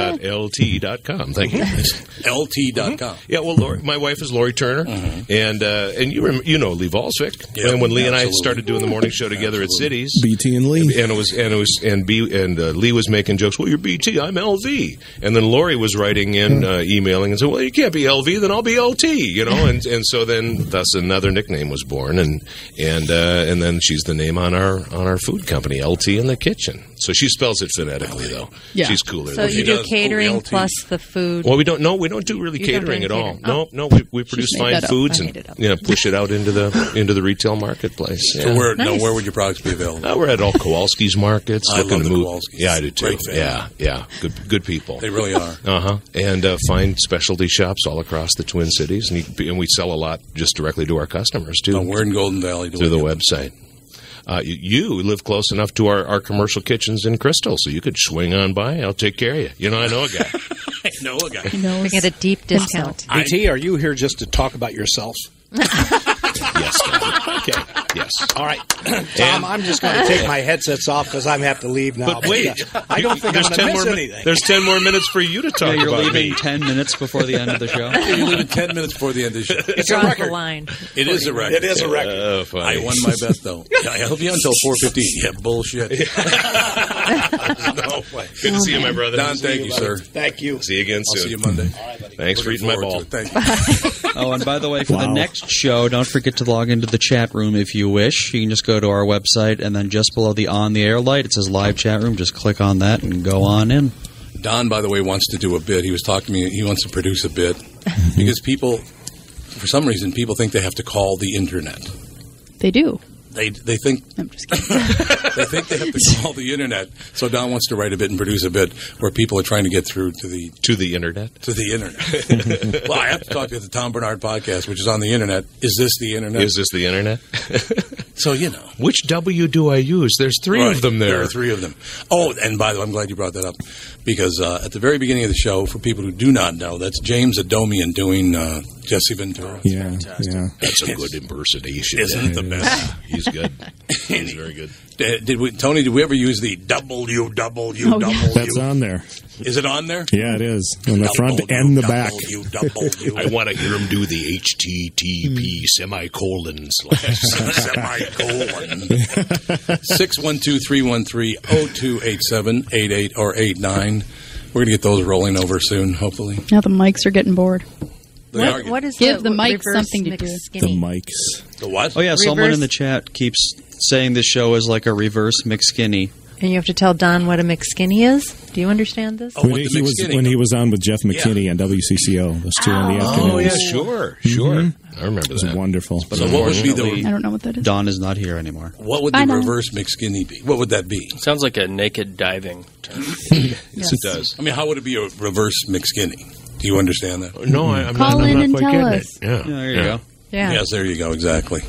M: www.lt.com. Thank you.
C: LT.com.
M: Mm-hmm. Yeah, well, Lori, my wife is Lori Turner, and uh, and you rem- you know Lee Volsvik.
C: Yeah,
M: and when Lee and I
C: absolutely.
M: started doing the morning show together at Cities,
P: BT and Lee.
M: and it was and it was and B and uh, Lee was making jokes. Well, you're BT, I'm LV, and then Lori was writing in, uh, emailing, and said, "Well, you can't be LV, then I'll be LT," you know, and and so then thus another nickname was born, and and uh, and then she's the name on our on our food company, LT in the kitchen. So she spells it phonetically though.
T: Yeah.
M: she's cooler.
O: So
M: than
O: you
M: me.
O: do catering plus the food.
M: Well, we don't. No, we don't do really
O: You don't
M: catering
O: do
M: at all.
T: Oh.
O: catering.
M: No, no, we, we produce
O: made
M: fine
O: that up.
M: foods
O: I
M: and
O: made it up.
M: you know, push it out into the into the retail marketplace.
C: So,
M: yeah.
C: where, no,
O: Nice.
C: where would your products be available?
M: Uh, we're at all Kowalski's markets.
C: I
M: looking
C: love
M: to
C: the
M: move.
C: Kowalskis.
M: Yeah, I do too.
C: Great family.
M: Yeah, yeah. Good, good people.
C: They really are.
M: Uh huh. And uh, find specialty shops all across the Twin Cities, and, you, and we sell a lot just directly to our customers too
C: No, Oh, we're in Golden Valley.
M: through the website. Uh, you, you live close enough to our, our commercial kitchens in Crystal, so you could swing on by. I'll take care of you. You know, I know a guy.
C: I know a guy.
O: We get a deep discount.
Q: BT, are you here just to talk about yourself?
M: Yes.
Q: okay.
M: Yes.
Q: All right. Tom,
M: And-
Q: I'm just going to take my headsets off because I have to leave now.
M: But wait,
Q: uh, I don't think I'm
M: there's
Q: going to
M: 10
Q: miss
M: more min-
Q: anything.
M: There's ten more minutes for you to talk
R: Yeah, you're
M: about.
R: leaving
M: me.
R: ten minutes before the end of the show.
C: You're leaving ten minutes before the end of the show.
O: It's a Draws the record. line.
C: It is a record.
Q: It is a record.
M: Oh, funny.
C: I won my best though. Yeah, I held you until four fifteen. Yeah, bullshit. no way.
M: Good to see you, my brother.
C: Don, thank you, sir.
Q: Thank you.
M: See you again
C: I'll
M: soon.
C: see you Monday.
M: Thanks for
C: Looking
M: eating my
C: forward
M: ball.
C: to it. Thank you.
R: Oh, and by the way, for the
C: Wow.
R: next show, don't forget to log into the chat room if you wish. You can just go to our website, and then just below the on the air light, it says live chat room. Just click on that and go on in.
C: Don, by the way, wants to do a bit. He was talking to me. He wants to produce a bit because people, for some reason, people think they have to call the internet.
T: They do.
C: They they think
T: I'm just kidding.
C: they think they have to call the internet. So Don wants to write a bit and produce a bit where people are trying to get through to the
M: to the internet
C: to the internet. well, I have to talk to the Tom Bernard podcast, which is on the internet. Is this the internet?
M: Is this the internet?
C: so you know
M: which W do I use? There's three
C: Right.
M: of them
C: are
M: there.
C: three of them. Oh, and by the way, I'm glad you brought that up because uh, at the very beginning of the show, for people who do not know, that's James Adomian doing uh, Jesse Ventura.
P: Yeah, yeah.
M: That's a good impersonation.
C: Isn't it the
M: Yeah.
C: best?
M: He's good. He's very good.
C: Uh, Did we, Tony? Did we ever use the W W
P: Oh, yeah.
C: W?
P: That's on there.
C: Is it on there?
P: Yeah, it is in the front and the back.
M: I want to hear him do the HTTP semicolon slash
C: semicolon. 612-313-0287-88 or 89. We're going to get those rolling over soon, hopefully.
T: Now the mics are getting bored.
C: They are good.
O: what is
T: Give
O: the,
T: the mic
O: reverse
T: something to
O: mix
T: do.
O: Skinny?
P: mics.
C: The what?
R: Oh yeah, someone
O: Reverse-
R: in the chat keeps saying this show is like a reverse McSkinny.
O: And you have to tell Don what a McSkinny is. Do you understand this?
C: Oh,
P: when
C: what,
P: he,
C: the
P: he was
C: McSkinny?
P: when he was on with Jeff McKinney on WCCO, those two in the afternoon.
M: Oh, yeah, sure, sure.
P: Mhm.
M: I remember
P: It was
M: that.
P: wonderful.
M: So what would be the
R: Unfortunately,
T: I don't know what that is.
R: Don is not here anymore.
C: What would
T: Bye,
C: the
T: Don.
C: reverse McSkinny be? What would that be?
A: Sounds like a naked diving term.
C: Yes, it does. I mean, how would it be a reverse McSkinny? Do you understand that?
M: No, I- I'm
T: Call
M: not, I'm
T: in
M: not
T: and
M: quite
T: tell
M: getting
T: us.
M: it. Yeah,
R: Yeah, there you go.
O: Yeah.
C: Yes, there you go. Exactly.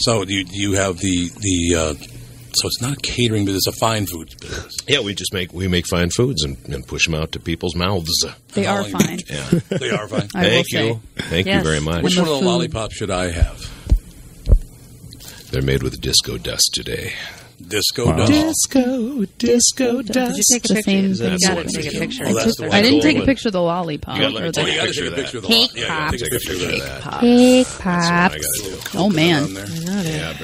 C: So do you, do you have the the. Uh, so it's not catering, but it's a fine foods business.
M: Yeah, we just make we make fine foods and, and push them out to people's mouths.
T: They are fine.
M: Yeah.
C: They are fine.
T: I will
M: Thank
T: say.
M: you. Thank
O: Yes.
M: you very much.
C: Which
T: the
C: one of the
T: food-
C: lollipops should I have?
M: They're made with disco dust today.
C: Disco
P: Wow.
C: dust.
P: Disco, disco
O: Did you take a
T: the
O: picture?
T: same
O: You
T: thing.
O: gotta
M: That's
O: take a
M: the
O: picture.
C: one. Oh, that's the
O: I
C: one.
T: I didn't take a
M: Cool.
T: picture of the lollipop.
M: You gotta let me
T: or
C: you
M: take a
T: the
C: gotta take
M: picture of
C: a
M: that.
C: picture of the
O: Cake
C: lot. Yeah, you gotta take a picture of that.
O: pops. Cake
T: cake
M: I gotta
T: pops.
M: do it.
T: Oh man,
M: Yeah,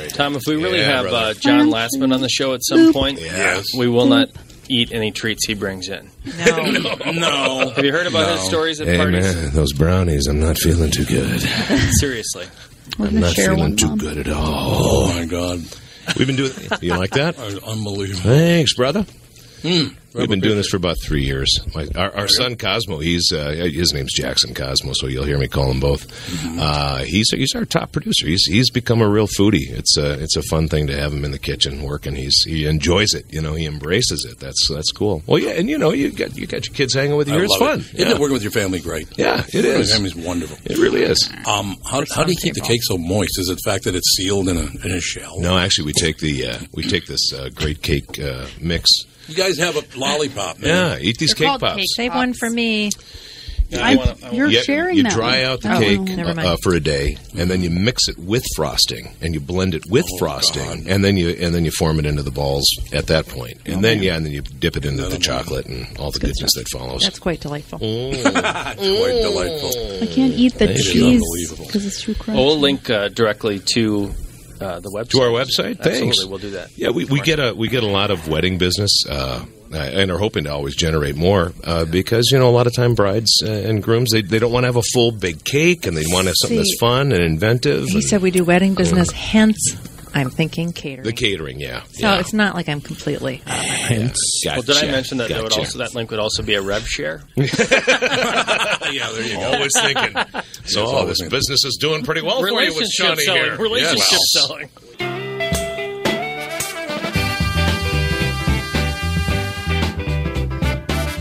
M: right.
A: Tom, if we really
M: Yeah,
A: have
M: brother.
A: uh, John Lastman on the show at some point,
C: Yes.
A: we will not eat any treats he brings in.
O: No.
C: No.
A: Have you heard about
C: No.
A: his stories at
M: Hey
A: parties?
M: man, those brownies, I'm not feeling too good.
A: Seriously.
T: we're
M: I'm
T: gonna
M: not
T: share one.
M: feeling too
T: Mom.
M: good at
C: Oh
M: all.
C: my god,
M: We've been doing You like that?
C: that was unbelievable.
M: Thanks, brother.
C: Mm.
M: We've been doing this for about three years. My, our our son Cosmo, he's uh, his name's Jackson Cosmo, so you'll hear me call him both.
C: Mm-hmm.
M: Uh, he's he's our top producer. He's he's become a real foodie. It's a it's a fun thing to have him in the kitchen working. He's he enjoys it. You know, he embraces it. That's that's cool. Well, yeah, and you know, you got you got your kids hanging with you.
C: I
M: It's
C: love
M: fun.
C: It.
M: Yeah.
C: Isn't it working with your family great?
M: Yeah, it
C: Your
M: is.
C: family's wonderful.
M: It really is.
C: Um, how, how do you keep the cake so moist? Is it the fact that it's sealed in a, in a shell?
M: No, actually, we take the uh, we take this uh, great cake uh, mix.
C: You guys have a lollipop, man.
M: Yeah, eat these
O: They're
M: cake
O: called
M: pops.
O: Save one for me.
T: I- you're
M: Yeah,
T: sharing
M: uh, you
T: that.
M: dry out the
T: Oh,
M: cake
O: never
M: uh,
O: mind.
M: uh, for a day, and then you mix it with frosting, and you blend it with
C: Oh,
M: frosting,
C: God.
M: and then you and then you form it into the balls at that point, and then yeah, and then you dip it into
C: Oh,
M: the
C: man.
M: chocolate and all the goodness that follows.
O: That's quite delightful.
M: Mm.
C: That's quite delightful.
T: I can't eat the
M: That is
T: cheese
C: unbelievable.
T: because it's too crunchy.
A: Oh, we'll link uh, directly to uh, the website.
M: to our website.
A: Absolutely,
M: Thanks.
A: we'll do that.
M: Yeah, we, we
A: Tomorrow.
M: get a we get a lot of wedding business, uh, and are hoping to always generate more uh, because you know a lot of time brides uh, and grooms they, they don't want to have a full big cake and they want to have something
O: See.
M: that's fun and inventive.
O: He
M: and
O: said we do wedding business, hence I'm thinking catering.
M: the catering, yeah.
O: so
M: yeah.
O: it's not like I'm completely. uh,
M: Gotcha.
A: Well, did I mention that that, would
M: Gotcha.
A: also, that link would also be a rev share?
C: yeah, there you go.
M: Always thinking. So oh, this business is doing pretty well for you with
A: Relationship
M: Shawnee
A: selling.
M: here.
A: Relationship
M: Yes.
A: selling.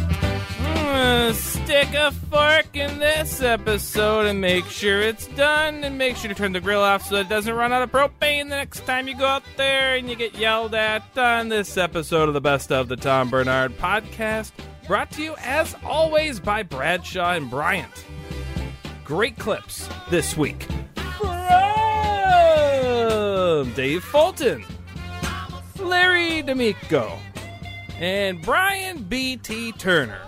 A: Uh, Stick a fork in this episode and make sure it's done. And make sure to turn the grill off so it doesn't run out of propane the next time you go out there and you get yelled at on this episode of the Best of the Tom Bernard podcast. Brought to you, as always, by Bradshaw and Bryant. Great clips this week. Brad!
F: Newsom, Dave Fulton, Larry D'Amico, and Brian B.T. Turner.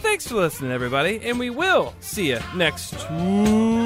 F: Thanks for listening, everybody, and we will see you next Tuesday.